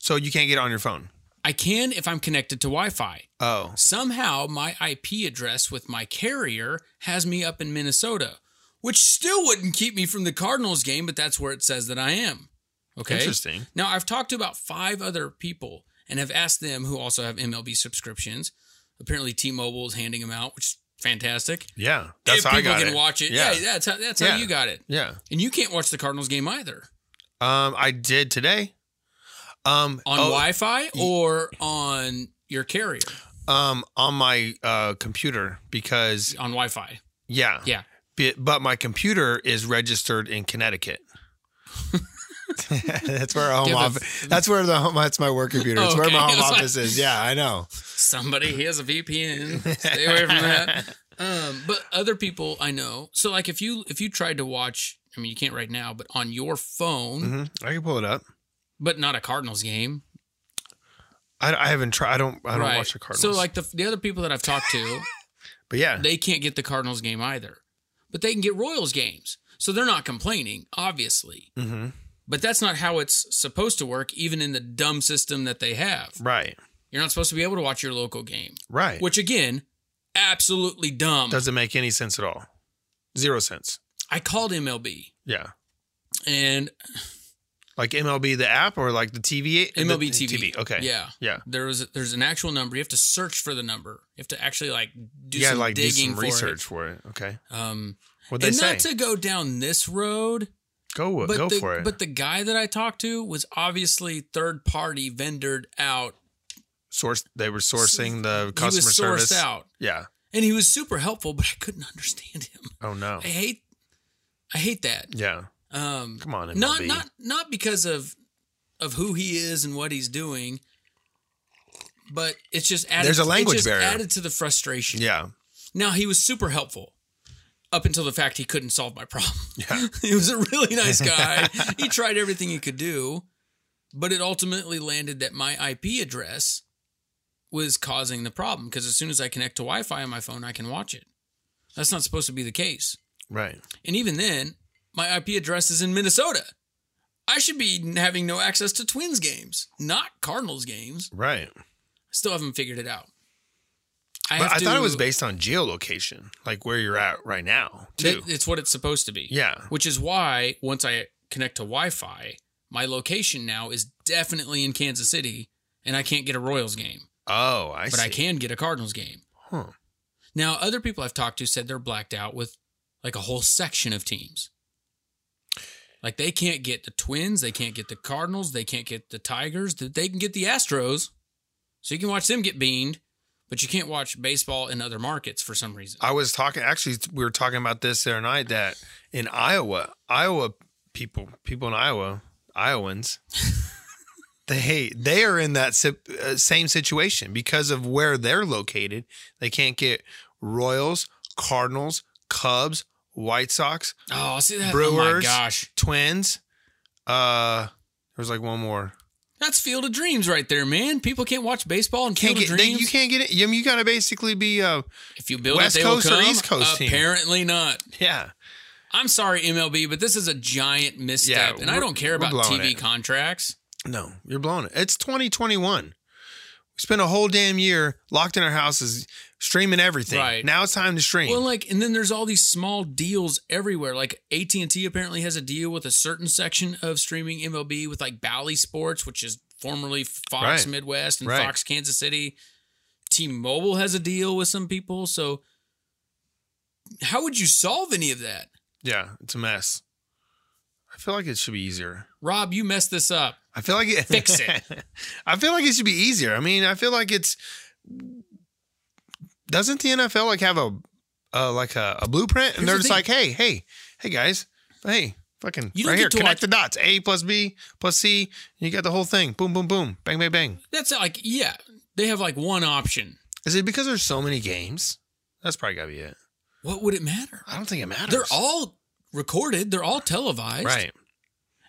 [SPEAKER 1] so you can't get it on your phone.
[SPEAKER 2] I can if I'm connected to Wi-Fi.
[SPEAKER 1] Oh.
[SPEAKER 2] Somehow my IP address with my carrier has me up in Minnesota, which still wouldn't keep me from the Cardinals game, but that's where it says that I am. Okay.
[SPEAKER 1] Interesting.
[SPEAKER 2] Now I've talked to about five other people and have asked them who also have MLB subscriptions. Apparently T-Mobile is handing them out, which is fantastic.
[SPEAKER 1] Yeah. That's
[SPEAKER 2] if
[SPEAKER 1] how I
[SPEAKER 2] people
[SPEAKER 1] got
[SPEAKER 2] can
[SPEAKER 1] it.
[SPEAKER 2] watch it. Yeah,
[SPEAKER 1] Yeah.
[SPEAKER 2] that's how that's
[SPEAKER 1] Yeah.
[SPEAKER 2] how you got it.
[SPEAKER 1] Yeah.
[SPEAKER 2] And you can't watch the Cardinals game either.
[SPEAKER 1] Um I did today. Um
[SPEAKER 2] on
[SPEAKER 1] oh,
[SPEAKER 2] Wi-Fi or on your carrier
[SPEAKER 1] um on my uh computer because
[SPEAKER 2] on Wi-Fi.
[SPEAKER 1] yeah.
[SPEAKER 2] Yeah.
[SPEAKER 1] Bi- But my computer is registered in Connecticut. that's where our home
[SPEAKER 2] Give a-
[SPEAKER 1] office. That's where the home. That's my work computer. It's where
[SPEAKER 2] Okay,
[SPEAKER 1] my
[SPEAKER 2] I
[SPEAKER 1] home
[SPEAKER 2] was like-
[SPEAKER 1] office is. Yeah, I know.
[SPEAKER 2] Somebody has a VPN. Stay away from that. Um, but other people I know. So like if you if you tried to watch, I mean you can't right now, but on your phone,
[SPEAKER 1] hmm I can pull it up.
[SPEAKER 2] but not a Cardinals game.
[SPEAKER 1] I, I haven't tried. I don't. I don't
[SPEAKER 2] right?
[SPEAKER 1] watch the Cardinals.
[SPEAKER 2] So like the the other people that I've talked to,
[SPEAKER 1] but yeah,
[SPEAKER 2] they can't get the Cardinals game either, but they can get Royals games. So they're not complaining, obviously.
[SPEAKER 1] Mhm.
[SPEAKER 2] But that's not how it's supposed to work, even in the dumb system that they have.
[SPEAKER 1] right,
[SPEAKER 2] You're not supposed to be able to watch your local game.
[SPEAKER 1] right.
[SPEAKER 2] which again, absolutely dumb.
[SPEAKER 1] doesn't make any sense at all. Zero sense.
[SPEAKER 2] I called MLB
[SPEAKER 1] Yeah,
[SPEAKER 2] and
[SPEAKER 1] like MLB the app or like the TV. the-
[SPEAKER 2] MLB TV.
[SPEAKER 1] Okay.
[SPEAKER 2] yeah,
[SPEAKER 1] Yeah.
[SPEAKER 2] There was there's an actual number. You have to search for the number. You have to actually like do
[SPEAKER 1] You gotta
[SPEAKER 2] some
[SPEAKER 1] like do
[SPEAKER 2] digging
[SPEAKER 1] some
[SPEAKER 2] for
[SPEAKER 1] research for it. Okay.
[SPEAKER 2] It. Um,
[SPEAKER 1] What they
[SPEAKER 2] and
[SPEAKER 1] say?
[SPEAKER 2] not to go down this road,
[SPEAKER 1] go
[SPEAKER 2] but
[SPEAKER 1] go
[SPEAKER 2] the,
[SPEAKER 1] for it.
[SPEAKER 2] but the guy that I talked to was obviously third party vendored out.
[SPEAKER 1] Source. They were sourcing the
[SPEAKER 2] he
[SPEAKER 1] customer
[SPEAKER 2] was sourced
[SPEAKER 1] service.
[SPEAKER 2] out,
[SPEAKER 1] Yeah.
[SPEAKER 2] and he was super helpful, but I couldn't understand him.
[SPEAKER 1] Oh no.
[SPEAKER 2] I hate, I hate that.
[SPEAKER 1] Yeah.
[SPEAKER 2] Um,
[SPEAKER 1] Come on,
[SPEAKER 2] not
[SPEAKER 1] MLB.
[SPEAKER 2] not not because of of who he is and what he's doing, but it's just added.
[SPEAKER 1] There's a
[SPEAKER 2] it's
[SPEAKER 1] language
[SPEAKER 2] just
[SPEAKER 1] barrier.
[SPEAKER 2] added to the frustration.
[SPEAKER 1] Yeah.
[SPEAKER 2] Now he was super helpful, up until the fact he couldn't solve my problem.
[SPEAKER 1] Yeah.
[SPEAKER 2] he was a really nice guy. he tried everything he could do, but it ultimately landed that my IP address was causing the problem because as soon as I connect to Wi-Fi on my phone, I can watch it. That's not supposed to be the case.
[SPEAKER 1] Right.
[SPEAKER 2] And even then, my IP address is in Minnesota. I should be having no access to Twins games, not Cardinals games.
[SPEAKER 1] Right.
[SPEAKER 2] Still haven't figured it out. I,
[SPEAKER 1] But
[SPEAKER 2] have
[SPEAKER 1] I thought
[SPEAKER 2] to-
[SPEAKER 1] it was based on geolocation, like where you're at right now, too.
[SPEAKER 2] that- it's what it's supposed to be.
[SPEAKER 1] Yeah.
[SPEAKER 2] Which is why once I connect to Wi Fi, my location now is definitely in Kansas City and I can't get a Royals game,
[SPEAKER 1] oh, I
[SPEAKER 2] but
[SPEAKER 1] see.
[SPEAKER 2] I can get a Cardinals game.
[SPEAKER 1] Huh.
[SPEAKER 2] Now, other people I've talked to said they're blacked out with like a whole section of teams. Like they can't get the Twins, they can't get the Cardinals, they can't get the Tigers, th- they can get the Astros. So you can watch them get beaned, but you can't watch baseball in other markets for some reason.
[SPEAKER 1] I was talking. Actually, we were talking about this the other night that in Iowa, Iowa people, people in Iowa, Iowans, they they are in that si- uh, same situation because of where they're located. They can't get Royals, Cardinals, Cubs, White Sox,
[SPEAKER 2] Oh, see that? Oh my
[SPEAKER 1] Brewers.
[SPEAKER 2] gosh.
[SPEAKER 1] Twins. Uh, there was like one more.
[SPEAKER 2] That's Field of Dreams right there, man. People can't watch baseball in
[SPEAKER 1] Can't
[SPEAKER 2] Field
[SPEAKER 1] get
[SPEAKER 2] of
[SPEAKER 1] they,
[SPEAKER 2] Dreams.
[SPEAKER 1] you can't get it. I mean, you gotta basically be uh
[SPEAKER 2] if you build
[SPEAKER 1] West
[SPEAKER 2] it, they will
[SPEAKER 1] Coast or
[SPEAKER 2] come.
[SPEAKER 1] East Coast team.
[SPEAKER 2] Apparently not.
[SPEAKER 1] yeah
[SPEAKER 2] I'm sorry, MLB, but this is a giant misstep,
[SPEAKER 1] Yeah,
[SPEAKER 2] and I
[SPEAKER 1] we're-
[SPEAKER 2] don't care
[SPEAKER 1] we're
[SPEAKER 2] about
[SPEAKER 1] blowing
[SPEAKER 2] TV
[SPEAKER 1] it. no you're blowing it. It's 2021. We spent a whole damn year locked in our houses streaming everything.
[SPEAKER 2] Right.
[SPEAKER 1] now it's time to stream.
[SPEAKER 2] Well, like, and then there's all these small deals everywhere. Like AT and T apparently has a deal with a certain section of streaming MLB with like Bally Sports, which is formerly Fox
[SPEAKER 1] Right.
[SPEAKER 2] Midwest and
[SPEAKER 1] Right.
[SPEAKER 2] Fox Kansas City. T-Mobile has a deal with some people. So, how would you solve any of that,
[SPEAKER 1] yeah, it's a mess. I feel like it should be easier.
[SPEAKER 2] Rob? You messed this up.
[SPEAKER 1] I feel like it,
[SPEAKER 2] Fix it.
[SPEAKER 1] I feel like it should be easier. I mean, I feel like it's doesn't the NFL like have a uh, like a, a blueprint and
[SPEAKER 2] Here's
[SPEAKER 1] they're
[SPEAKER 2] the
[SPEAKER 1] just
[SPEAKER 2] thing.
[SPEAKER 1] like, hey, hey, hey guys, hey, fucking
[SPEAKER 2] You don't
[SPEAKER 1] right
[SPEAKER 2] get
[SPEAKER 1] here,
[SPEAKER 2] to
[SPEAKER 1] connect
[SPEAKER 2] watch-
[SPEAKER 1] the dots, A plus B plus C, and you got the whole thing, boom, boom, boom, bang, bang, bang.
[SPEAKER 2] That's like, yeah, they have like one option.
[SPEAKER 1] Is it because there's so many games? That's probably gotta be it.
[SPEAKER 2] What would it matter?
[SPEAKER 1] I don't think it matters.
[SPEAKER 2] They're all recorded. They're all televised.
[SPEAKER 1] right.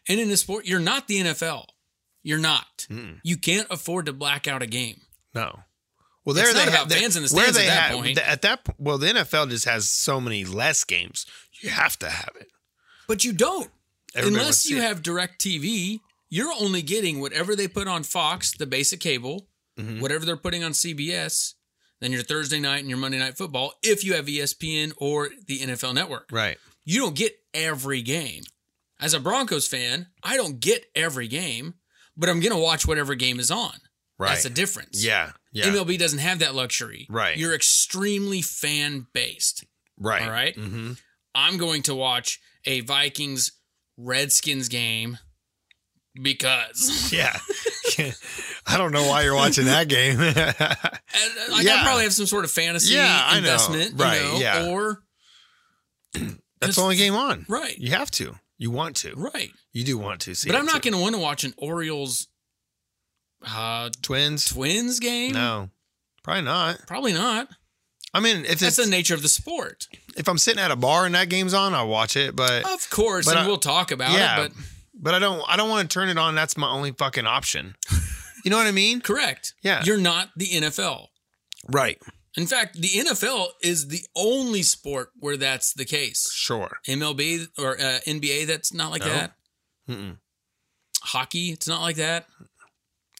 [SPEAKER 2] And in a sport, you're not the NFL. You're not.
[SPEAKER 1] Mm-mm.
[SPEAKER 2] You can't afford to black out a game.
[SPEAKER 1] No. Well, there
[SPEAKER 2] It's
[SPEAKER 1] they
[SPEAKER 2] not
[SPEAKER 1] have
[SPEAKER 2] about fans in the stands at that point.
[SPEAKER 1] At that po- well, the NFL just has so many less games. You have to have it.
[SPEAKER 2] But you don't.
[SPEAKER 1] Everybody wants
[SPEAKER 2] Unless
[SPEAKER 1] to
[SPEAKER 2] you
[SPEAKER 1] see it.
[SPEAKER 2] have direct TV, you're only getting whatever they put on Fox, the basic cable,
[SPEAKER 1] Mm-hmm.
[SPEAKER 2] whatever they're putting on CBS, then your Thursday night and your Monday night football if you have E ESPN or the NFL network.
[SPEAKER 1] right.
[SPEAKER 2] You don't get every game. As a Broncos fan, I don't get every game, but I'm going to watch whatever game is on.
[SPEAKER 1] Right.
[SPEAKER 2] That's the difference.
[SPEAKER 1] yeah. Yeah.
[SPEAKER 2] MLB doesn't have that luxury.
[SPEAKER 1] Right.
[SPEAKER 2] You're extremely fan based.
[SPEAKER 1] right.
[SPEAKER 2] All right.
[SPEAKER 1] Mm-hmm.
[SPEAKER 2] I'm going to watch a Vikings Redskins game because
[SPEAKER 1] Yeah. I don't know why you're watching that game.
[SPEAKER 2] And, uh, like I
[SPEAKER 1] Yeah.
[SPEAKER 2] probably have some sort of fantasy
[SPEAKER 1] Yeah, I know.
[SPEAKER 2] investment,
[SPEAKER 1] Right,
[SPEAKER 2] You know,
[SPEAKER 1] yeah.
[SPEAKER 2] Or
[SPEAKER 1] That's the only game on.
[SPEAKER 2] right,
[SPEAKER 1] You have to. You want to.
[SPEAKER 2] right.
[SPEAKER 1] You do want to see.
[SPEAKER 2] but
[SPEAKER 1] it
[SPEAKER 2] I'm not
[SPEAKER 1] too.
[SPEAKER 2] going to want to watch an Orioles uh,
[SPEAKER 1] Twins.
[SPEAKER 2] Twins game.
[SPEAKER 1] No. Probably not.
[SPEAKER 2] Probably not.
[SPEAKER 1] I mean, if it's,
[SPEAKER 2] That's the nature of the sport.
[SPEAKER 1] if I'm sitting at a bar and that game's on, I'll watch it. But
[SPEAKER 2] Of course,
[SPEAKER 1] but
[SPEAKER 2] and
[SPEAKER 1] I-
[SPEAKER 2] we'll talk about
[SPEAKER 1] yeah,
[SPEAKER 2] it.
[SPEAKER 1] but, I don't I don't want to turn it on. That's my only fucking option. You know what I mean?
[SPEAKER 2] But correct.
[SPEAKER 1] Yeah.
[SPEAKER 2] You're not the NFL.
[SPEAKER 1] Right.
[SPEAKER 2] In fact, the NFL is the only sport where that's the case.
[SPEAKER 1] Sure.
[SPEAKER 2] MLB or uh, NBA, that's not like
[SPEAKER 1] No.
[SPEAKER 2] that.
[SPEAKER 1] Mm-mm.
[SPEAKER 2] Hockey, it's not like that.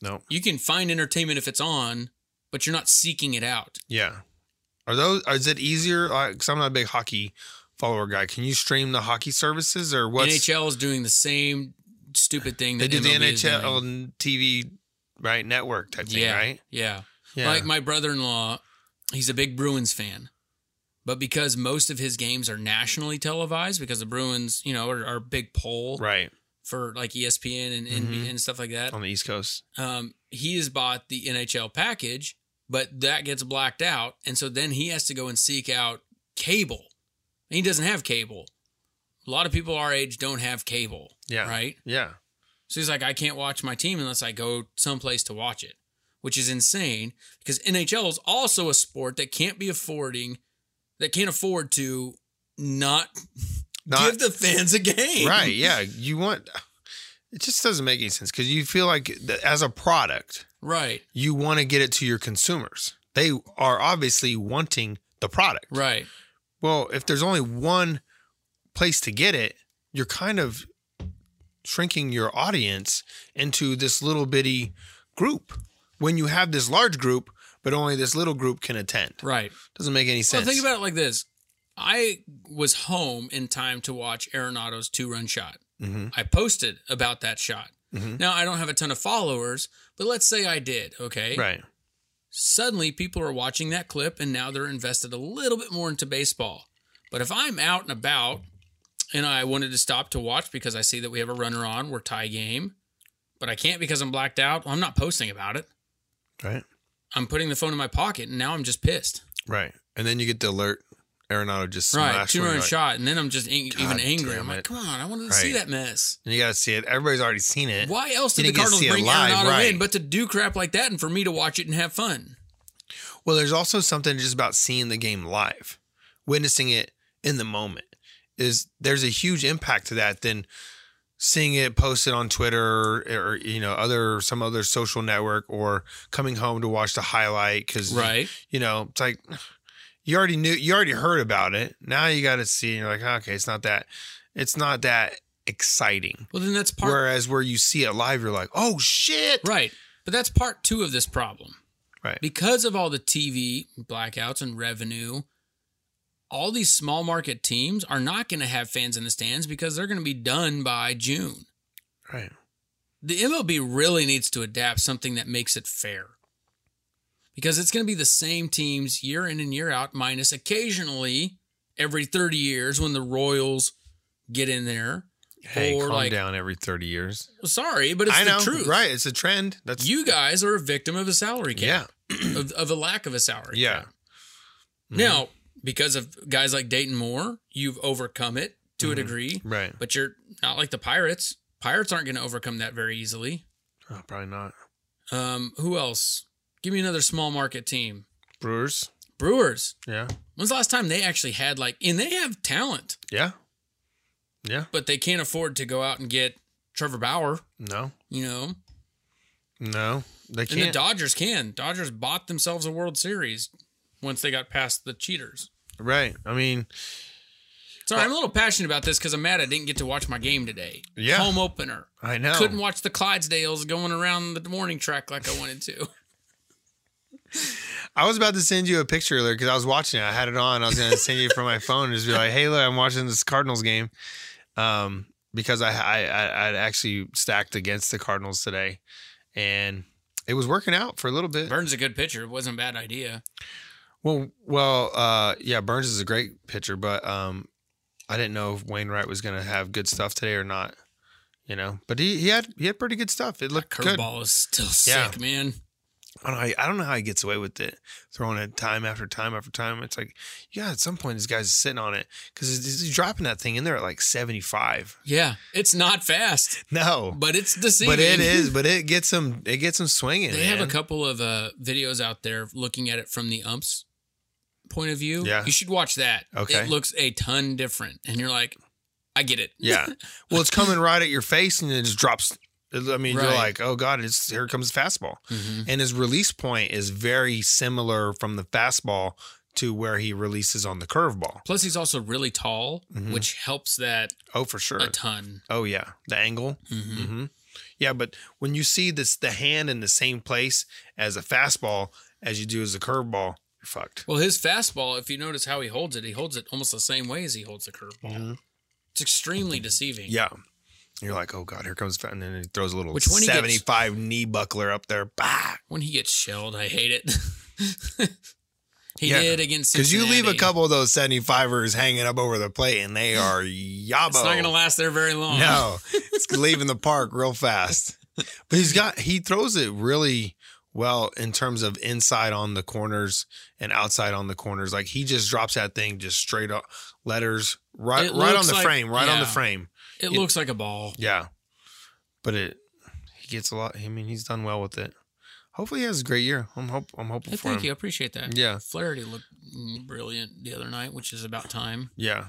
[SPEAKER 1] No.
[SPEAKER 2] You can find entertainment if it's on, but you're not seeking it out.
[SPEAKER 1] Yeah. Are those? Is it easier? Because I'm not a big hockey follower guy. Can you stream the hockey services or what's
[SPEAKER 2] NHL is doing the same stupid thing
[SPEAKER 1] They
[SPEAKER 2] that
[SPEAKER 1] do the
[SPEAKER 2] MLB is
[SPEAKER 1] NHL
[SPEAKER 2] doing.
[SPEAKER 1] on TV, right? Network type thing,
[SPEAKER 2] yeah,
[SPEAKER 1] right?
[SPEAKER 2] Yeah.
[SPEAKER 1] Yeah.
[SPEAKER 2] Like my brother-in-law, he's a big Bruins fan. But because most of his games are nationally televised, because the Bruins, you know, are, are a big poll
[SPEAKER 1] right. Mm-hmm.
[SPEAKER 2] for like E ESPN and, NBN and stuff like that,
[SPEAKER 1] On the East Coast.
[SPEAKER 2] um, he has bought the NHL package, but that gets blacked out, and so then he has to go and seek out cable. And he doesn't have cable. A lot of people our age don't have cable.
[SPEAKER 1] Yeah.
[SPEAKER 2] Right.
[SPEAKER 1] Yeah.
[SPEAKER 2] So he's like, I can't watch my team unless I go someplace to watch it, which is insane because NHL is also a sport that can't be affording, that can't afford to not,
[SPEAKER 1] Not
[SPEAKER 2] give the fans a game.
[SPEAKER 1] right. Yeah. You want. It just doesn't make any sense because you feel like th- as a product,
[SPEAKER 2] Right.
[SPEAKER 1] you want to get it to your consumers. They are obviously wanting the product.
[SPEAKER 2] Right.
[SPEAKER 1] Well, if there's only one place to get it, you're kind of shrinking your audience into this little bitty group when you have this large group, but only this little group can attend.
[SPEAKER 2] Right.
[SPEAKER 1] Doesn't make any sense.
[SPEAKER 2] Well, think about it like this: I was home in time to watch Arenado's two-run shot.
[SPEAKER 1] Mhm.
[SPEAKER 2] I posted about that shot.
[SPEAKER 1] Mhm.
[SPEAKER 2] Now I don't have a ton of followers, but let's say I did. Okay.
[SPEAKER 1] Right.
[SPEAKER 2] Suddenly, people are watching that clip, and now they're invested a little bit more into baseball. But if I'm out and about, and I wanted to stop to watch because I see that we have a runner on, we're tie game, but I can't because I'm blacked out. Well, I'm not posting about it.
[SPEAKER 1] Right.
[SPEAKER 2] I'm putting the phone in my pocket, and now I'm just pissed.
[SPEAKER 1] Right. And then you get the alert. Arenado just
[SPEAKER 2] Right,
[SPEAKER 1] smashed
[SPEAKER 2] two
[SPEAKER 1] one.
[SPEAKER 2] run
[SPEAKER 1] You're like-
[SPEAKER 2] shot, and then I'm just ang-
[SPEAKER 1] God
[SPEAKER 2] even angry.
[SPEAKER 1] damn
[SPEAKER 2] I'm like,
[SPEAKER 1] it.
[SPEAKER 2] come on, I wanted to see
[SPEAKER 1] Right.
[SPEAKER 2] that mess.
[SPEAKER 1] And you gotta see it. Everybody's already seen it.
[SPEAKER 2] Why else did
[SPEAKER 1] You didn't get
[SPEAKER 2] the
[SPEAKER 1] to
[SPEAKER 2] Cardinals
[SPEAKER 1] see it
[SPEAKER 2] bring
[SPEAKER 1] live,
[SPEAKER 2] Arenado
[SPEAKER 1] right.
[SPEAKER 2] in but to do crap like that and for me to watch it and have fun?
[SPEAKER 1] Well, there's also something just about seeing the game live, witnessing it in the moment. Is there's a huge impact to that than seeing it posted on Twitter or, or, you know other some other social network or coming home to watch the highlight because
[SPEAKER 2] Right,
[SPEAKER 1] you know it's like you already knew you already heard about it. Now you got to see and you're like okay, it's not that it's not that exciting.
[SPEAKER 2] well then that's part
[SPEAKER 1] Whereas where you see it live, you're like oh shit,
[SPEAKER 2] right, but that's part two of this problem.
[SPEAKER 1] Right.
[SPEAKER 2] because of all the TV blackouts and revenue, all these small market teams are not going to have fans in the stands because they're going to be done by June.
[SPEAKER 1] right,
[SPEAKER 2] the MLB really needs to adapt something that makes it fair. Because it's going to be the same teams year in and year out, minus occasionally every 30 years when the Royals get in there.
[SPEAKER 1] hey,
[SPEAKER 2] Or
[SPEAKER 1] calm
[SPEAKER 2] like-
[SPEAKER 1] down every thirty years.
[SPEAKER 2] Well, sorry, but it's
[SPEAKER 1] I
[SPEAKER 2] the
[SPEAKER 1] know,
[SPEAKER 2] truth.
[SPEAKER 1] right? It's a trend. That's
[SPEAKER 2] You guys are a victim of a salary
[SPEAKER 1] yeah,
[SPEAKER 2] cap, of, of a lack of a salary
[SPEAKER 1] yeah, Mm-hmm.
[SPEAKER 2] cap. Now, because of guys like Dayton Moore, you've overcome it to
[SPEAKER 1] Mm-hmm.
[SPEAKER 2] a degree,
[SPEAKER 1] right.
[SPEAKER 2] but you're not like the Pirates. Pirates aren't going to overcome that very easily.
[SPEAKER 1] Oh, probably not.
[SPEAKER 2] Um, who else? Give me another small market team.
[SPEAKER 1] Brewers,
[SPEAKER 2] Brewers.
[SPEAKER 1] yeah,
[SPEAKER 2] When's the last time they actually had like, and they have talent,
[SPEAKER 1] yeah, yeah.
[SPEAKER 2] but they can't afford to go out and get Trevor Bauer,
[SPEAKER 1] No,
[SPEAKER 2] you know?
[SPEAKER 1] No, they
[SPEAKER 2] And the
[SPEAKER 1] can't.
[SPEAKER 2] Dodgers can. Dodgers bought themselves a World Series once they got past the cheaters.
[SPEAKER 1] right. I mean,
[SPEAKER 2] Sorry,
[SPEAKER 1] Uh,
[SPEAKER 2] I'm a little passionate about this because I'm mad I didn't get to watch my game today.
[SPEAKER 1] Yeah. Oh.
[SPEAKER 2] Home opener.
[SPEAKER 1] I know.
[SPEAKER 2] Couldn't watch the Clydesdales going around the morning track like I wanted to.
[SPEAKER 1] I was about to send you a picture earlier because I was watching it. I had it on. I was going to send you from my phone and just be like, "Hey, look, I'm watching this Cardinals game," um, because I I I I'd actually stacked against the Cardinals today, and it was working out for a little bit.
[SPEAKER 2] Burns a good pitcher. It wasn't a bad idea.
[SPEAKER 1] Well, well, uh, yeah, Burns is a great pitcher, but um, I didn't know if Wainwright was going to have good stuff today or not. You know, but he, he had he had pretty good stuff. It looked good.
[SPEAKER 2] Curveball is still
[SPEAKER 1] Yeah.
[SPEAKER 2] sick, man.
[SPEAKER 1] I don't, know how he, I don't know how he gets away with it, throwing it time after time after time. It's like, yeah, at some point, this guy's sitting on it because he's, he's dropping that thing in there at like 75.
[SPEAKER 2] Yeah, it's not fast,
[SPEAKER 1] No,
[SPEAKER 2] but it's deceiving.
[SPEAKER 1] but it is, but it gets him, it gets him swinging.
[SPEAKER 2] They have
[SPEAKER 1] man.
[SPEAKER 2] a couple of uh, videos out there looking at it from the umps point of view.
[SPEAKER 1] Yeah.
[SPEAKER 2] you should watch that.
[SPEAKER 1] Okay.
[SPEAKER 2] it looks a ton different, and you're like, I get it.
[SPEAKER 1] Yeah. Well, it's coming right at your face and it just drops. I mean, you're
[SPEAKER 2] Right.
[SPEAKER 1] like, oh God, it's here comes the fastball.
[SPEAKER 2] Mhm.
[SPEAKER 1] And his release point is very similar from the fastball to where he releases on the curveball.
[SPEAKER 2] Plus, he's also really tall,
[SPEAKER 1] Mhm.
[SPEAKER 2] which helps that
[SPEAKER 1] Oh, for sure.
[SPEAKER 2] a ton.
[SPEAKER 1] Oh yeah, the angle.
[SPEAKER 2] Mhm.
[SPEAKER 1] hmm Yeah, but when you see this, the hand in the same place as a fastball as you do as a curveball, you're fucked.
[SPEAKER 2] Well, his fastball, if you notice how he holds it, he holds it almost the same way as he holds the curveball. It's extremely deceiving.
[SPEAKER 1] Mm-hmm. Yeah, you're like, oh god, here comes, fa-" and then he throws a little
[SPEAKER 2] Which one he gets-
[SPEAKER 1] seventy-five knee buckler up there, bah.
[SPEAKER 2] When he gets shelled, I hate it. he
[SPEAKER 1] Yeah.
[SPEAKER 2] did against
[SPEAKER 1] Because you leave a
[SPEAKER 2] Cincinnati.
[SPEAKER 1] couple of those 75ers hanging up over the plate and they are yabo.
[SPEAKER 2] It's not going to last there very long.
[SPEAKER 1] No, it's leaving the park real fast. But he's got he throws it really well in terms of inside on the corners and outside on the corners. Like he just drops that thing just straight up letters right
[SPEAKER 2] It
[SPEAKER 1] right on
[SPEAKER 2] looks
[SPEAKER 1] the
[SPEAKER 2] like-
[SPEAKER 1] frame, right on the
[SPEAKER 2] yeah.
[SPEAKER 1] frame.
[SPEAKER 2] it
[SPEAKER 1] It-
[SPEAKER 2] looks like a ball.
[SPEAKER 1] Yeah. But it he gets a lot I mean he's done well with it. Hopefully he has a great year. I'm hope I'm hopeful
[SPEAKER 2] Hey,
[SPEAKER 1] for
[SPEAKER 2] thank
[SPEAKER 1] him.
[SPEAKER 2] you. I appreciate that.
[SPEAKER 1] Yeah.
[SPEAKER 2] Flaherty looked mm, brilliant the other night, which is about time.
[SPEAKER 1] Yeah.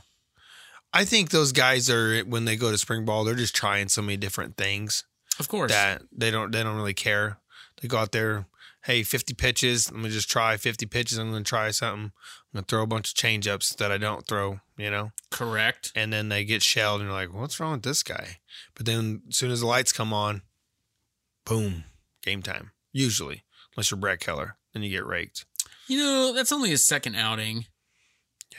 [SPEAKER 1] I think those guys are when they go to spring ball, they're just trying so many different things
[SPEAKER 2] Of course.
[SPEAKER 1] that they don't they don't really care. They go out there, hey, 50 pitches, I'm gonna just try 50 pitches, I'm gonna try something. I'm gonna throw a bunch of change ups that I don't throw, you know?
[SPEAKER 2] Correct.
[SPEAKER 1] And then they get shelled and you're like, What's wrong with this guy? But then as soon as the lights come on, boom, game time. Usually. Unless you're Brad Keller. Then you get raked.
[SPEAKER 2] You know, that's only his second outing.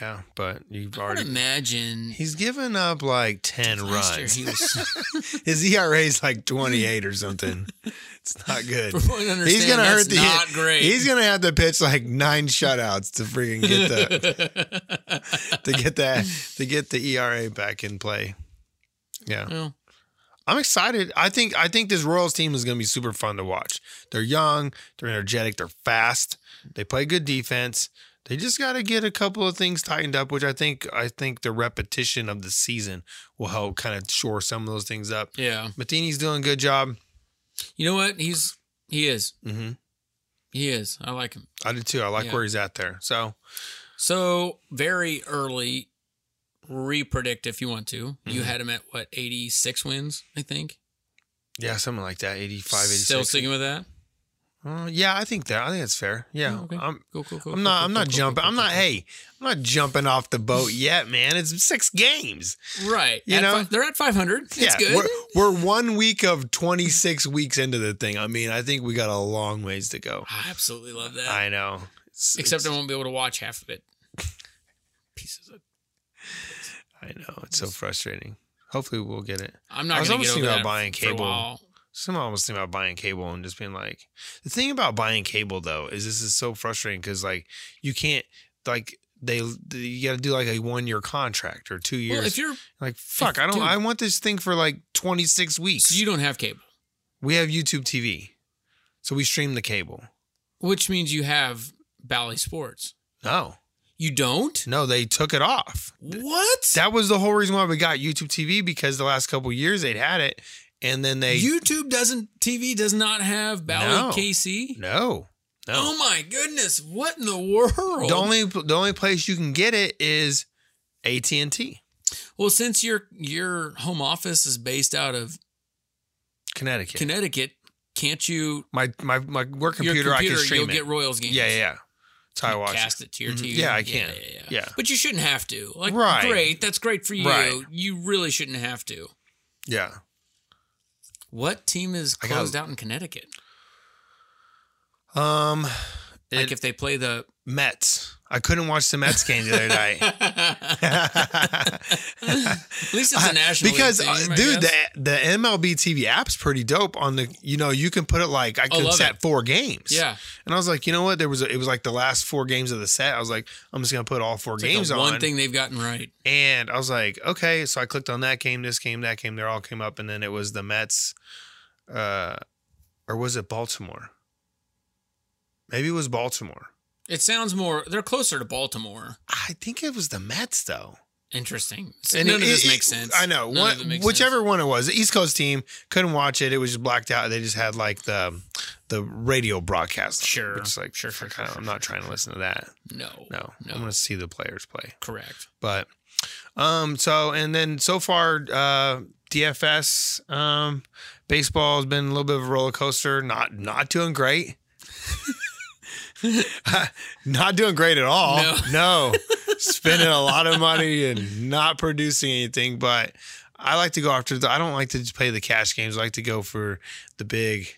[SPEAKER 1] Yeah, but you've
[SPEAKER 2] I would
[SPEAKER 1] already
[SPEAKER 2] imagine.
[SPEAKER 1] He's given up like 10
[SPEAKER 2] Last year
[SPEAKER 1] runs.
[SPEAKER 2] he was-
[SPEAKER 1] His ERA is like 28 or something. It's not good.
[SPEAKER 2] From what I understand,
[SPEAKER 1] He's gonna
[SPEAKER 2] that's
[SPEAKER 1] hurt the
[SPEAKER 2] Not great.
[SPEAKER 1] He's gonna have to pitch like nine shutouts to freaking get the to get that to get the ERA back in play. Yeah,
[SPEAKER 2] well,
[SPEAKER 1] I'm excited. I think I think this Royals team is gonna be super fun to watch. They're young, they're energetic, they're fast. They play good defense. They just got to get a couple of things tightened up, which I think I think the repetition of the season will help kind of shore some of those things up.
[SPEAKER 2] yeah.
[SPEAKER 1] Matheny's doing a good job.
[SPEAKER 2] You know what? He's he is
[SPEAKER 1] Mm-hmm.
[SPEAKER 2] he is. I like him.
[SPEAKER 1] I do too. I like
[SPEAKER 2] Yeah.
[SPEAKER 1] where he's at there. So
[SPEAKER 2] So very early, repredict if you want to. You
[SPEAKER 1] Mhm.
[SPEAKER 2] had him at what eighty six wins, I think.
[SPEAKER 1] yeah, something like that. 85, 86.
[SPEAKER 2] Still sticking with that.
[SPEAKER 1] Uh, yeah, I think that. I think that's fair. Yeah,
[SPEAKER 2] Oh, okay.
[SPEAKER 1] I'm.
[SPEAKER 2] Cool, cool, cool.
[SPEAKER 1] I'm
[SPEAKER 2] cool,
[SPEAKER 1] not. I'm
[SPEAKER 2] cool,
[SPEAKER 1] not
[SPEAKER 2] cool,
[SPEAKER 1] jumping.
[SPEAKER 2] cool,
[SPEAKER 1] I'm
[SPEAKER 2] cool,
[SPEAKER 1] not.
[SPEAKER 2] cool.
[SPEAKER 1] Hey, I'm not jumping off the boat yet, man. It's six games.
[SPEAKER 2] Right.
[SPEAKER 1] You
[SPEAKER 2] At
[SPEAKER 1] know?
[SPEAKER 2] fi- they're at 500. It's
[SPEAKER 1] yeah,
[SPEAKER 2] good.
[SPEAKER 1] We're, we're one week of 26 weeks into the thing. I mean, I think we got a long ways to go.
[SPEAKER 2] I absolutely love that.
[SPEAKER 1] I know. It's-
[SPEAKER 2] Except I
[SPEAKER 1] it's-
[SPEAKER 2] won't be able to watch half of it. Pieces of.
[SPEAKER 1] I know it's so frustrating. Hopefully, we'll get it.
[SPEAKER 2] I'm
[SPEAKER 1] I
[SPEAKER 2] not
[SPEAKER 1] was
[SPEAKER 2] going
[SPEAKER 1] almost
[SPEAKER 2] to get over
[SPEAKER 1] thinking about
[SPEAKER 2] that
[SPEAKER 1] buying
[SPEAKER 2] for a
[SPEAKER 1] cable.
[SPEAKER 2] while.
[SPEAKER 1] Some almost think about buying cable and just being like, the thing about buying cable though is this is so frustrating because like you can't like they you got to do like a one year contract or two years.
[SPEAKER 2] Well, if you're
[SPEAKER 1] like fuck, I don't.
[SPEAKER 2] dude-
[SPEAKER 1] I want this thing for like twenty six weeks.
[SPEAKER 2] so you don't have cable,
[SPEAKER 1] we have YouTube TV, so we stream the cable.
[SPEAKER 2] which means you have Bally Sports.
[SPEAKER 1] No,
[SPEAKER 2] You don't?
[SPEAKER 1] no, they took it off.
[SPEAKER 2] What?
[SPEAKER 1] That was the whole reason why we got YouTube TV because the last couple years they'd had it, and then they
[SPEAKER 2] YouTube doesn't TV does not have Bally
[SPEAKER 1] No.
[SPEAKER 2] KC.
[SPEAKER 1] no no.
[SPEAKER 2] Oh my goodness! What in the world?
[SPEAKER 1] the only the only place you can get it is AT and T.
[SPEAKER 2] well, since your your home office is based out of
[SPEAKER 1] Connecticut.
[SPEAKER 2] Connecticut, Can't you
[SPEAKER 1] My my my work
[SPEAKER 2] your
[SPEAKER 1] computer,
[SPEAKER 2] computer?
[SPEAKER 1] I can
[SPEAKER 2] you'll
[SPEAKER 1] stream it.
[SPEAKER 2] get Royals games.
[SPEAKER 1] yeah, yeah, yeah. That's how I watch. it.
[SPEAKER 2] Cast it to your
[SPEAKER 1] Mhm.
[SPEAKER 2] TV.
[SPEAKER 1] Yeah, I can.
[SPEAKER 2] Yeah, yeah,
[SPEAKER 1] Yeah.
[SPEAKER 2] But you shouldn't have to. Like,
[SPEAKER 1] Right.
[SPEAKER 2] great. That's great for you.
[SPEAKER 1] Right.
[SPEAKER 2] You really shouldn't have to.
[SPEAKER 1] Yeah.
[SPEAKER 2] What team is
[SPEAKER 1] I got-
[SPEAKER 2] closed out in Connecticut?
[SPEAKER 1] Um,
[SPEAKER 2] Like
[SPEAKER 1] It-
[SPEAKER 2] if they play the
[SPEAKER 1] Mets. I couldn't watch the Mets game the other night.
[SPEAKER 2] at least it's a national
[SPEAKER 1] because
[SPEAKER 2] League team,
[SPEAKER 1] uh,
[SPEAKER 2] I
[SPEAKER 1] dude, the
[SPEAKER 2] guess.
[SPEAKER 1] the MLB TV app's pretty dope. On the you know you can put it like I could
[SPEAKER 2] Oh, love
[SPEAKER 1] set four games.
[SPEAKER 2] yeah,
[SPEAKER 1] and I was like, you know what? There was a, it was like the last four games of the set. I was like, I'm just gonna put all four
[SPEAKER 2] it's like the
[SPEAKER 1] games on.
[SPEAKER 2] one thing they've gotten right.
[SPEAKER 1] And I was like, okay. So I clicked on that game, this game, that game. They all came up, and then it was the Mets, uh, or was it Baltimore? Maybe it was Baltimore.
[SPEAKER 2] It sounds more. They're closer to Baltimore.
[SPEAKER 1] I think it was the Mets though.
[SPEAKER 2] Interesting. So
[SPEAKER 1] And
[SPEAKER 2] None
[SPEAKER 1] it-
[SPEAKER 2] of this
[SPEAKER 1] it-
[SPEAKER 2] makes sense.
[SPEAKER 1] I know.
[SPEAKER 2] None
[SPEAKER 1] One-
[SPEAKER 2] of it makes
[SPEAKER 1] whichever one it was, the East Coast team couldn't watch it. It was just blacked out. They just had like the the radio broadcast.
[SPEAKER 2] Sure.
[SPEAKER 1] It's like
[SPEAKER 2] Sure,
[SPEAKER 1] sure,
[SPEAKER 2] sure,
[SPEAKER 1] sure,
[SPEAKER 2] sure,
[SPEAKER 1] I'm
[SPEAKER 2] sure,
[SPEAKER 1] not trying to listen to that.
[SPEAKER 2] sense. No.
[SPEAKER 1] No,
[SPEAKER 2] No.
[SPEAKER 1] I'm going to see the players play.
[SPEAKER 2] Correct.
[SPEAKER 1] But um, so and then so far, uh, DFS um, baseball has been a little bit of a roller coaster. Not not doing great. not doing great at all.
[SPEAKER 2] No.
[SPEAKER 1] no. Spending a lot of money and not producing anything. But I like to go after the. I don't like to just play the cash games. I like to go for the big.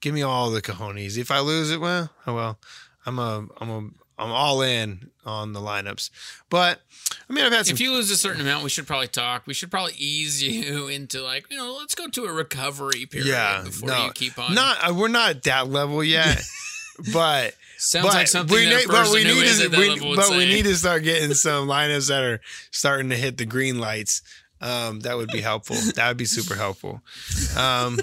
[SPEAKER 1] Give me all the cojones. If I lose it, well, oh well. I'm a I'm a I'm all in on the lineups. But I mean, I've had some.
[SPEAKER 2] If you lose a certain amount, we should probably talk. We should probably ease you into like you know, let's go to a recovery period
[SPEAKER 1] Yeah,
[SPEAKER 2] before
[SPEAKER 1] no,
[SPEAKER 2] you keep on.
[SPEAKER 1] not uh, we're not at that level yet, but
[SPEAKER 2] sounds
[SPEAKER 1] but
[SPEAKER 2] like something
[SPEAKER 1] we
[SPEAKER 2] that
[SPEAKER 1] need,
[SPEAKER 2] a
[SPEAKER 1] but
[SPEAKER 2] person
[SPEAKER 1] we
[SPEAKER 2] who
[SPEAKER 1] need
[SPEAKER 2] is
[SPEAKER 1] to
[SPEAKER 2] at that
[SPEAKER 1] we-
[SPEAKER 2] level would
[SPEAKER 1] but we
[SPEAKER 2] say.
[SPEAKER 1] need to start getting some lineups that are starting to hit the green lights. Um, that would be helpful. that would be super helpful. Um,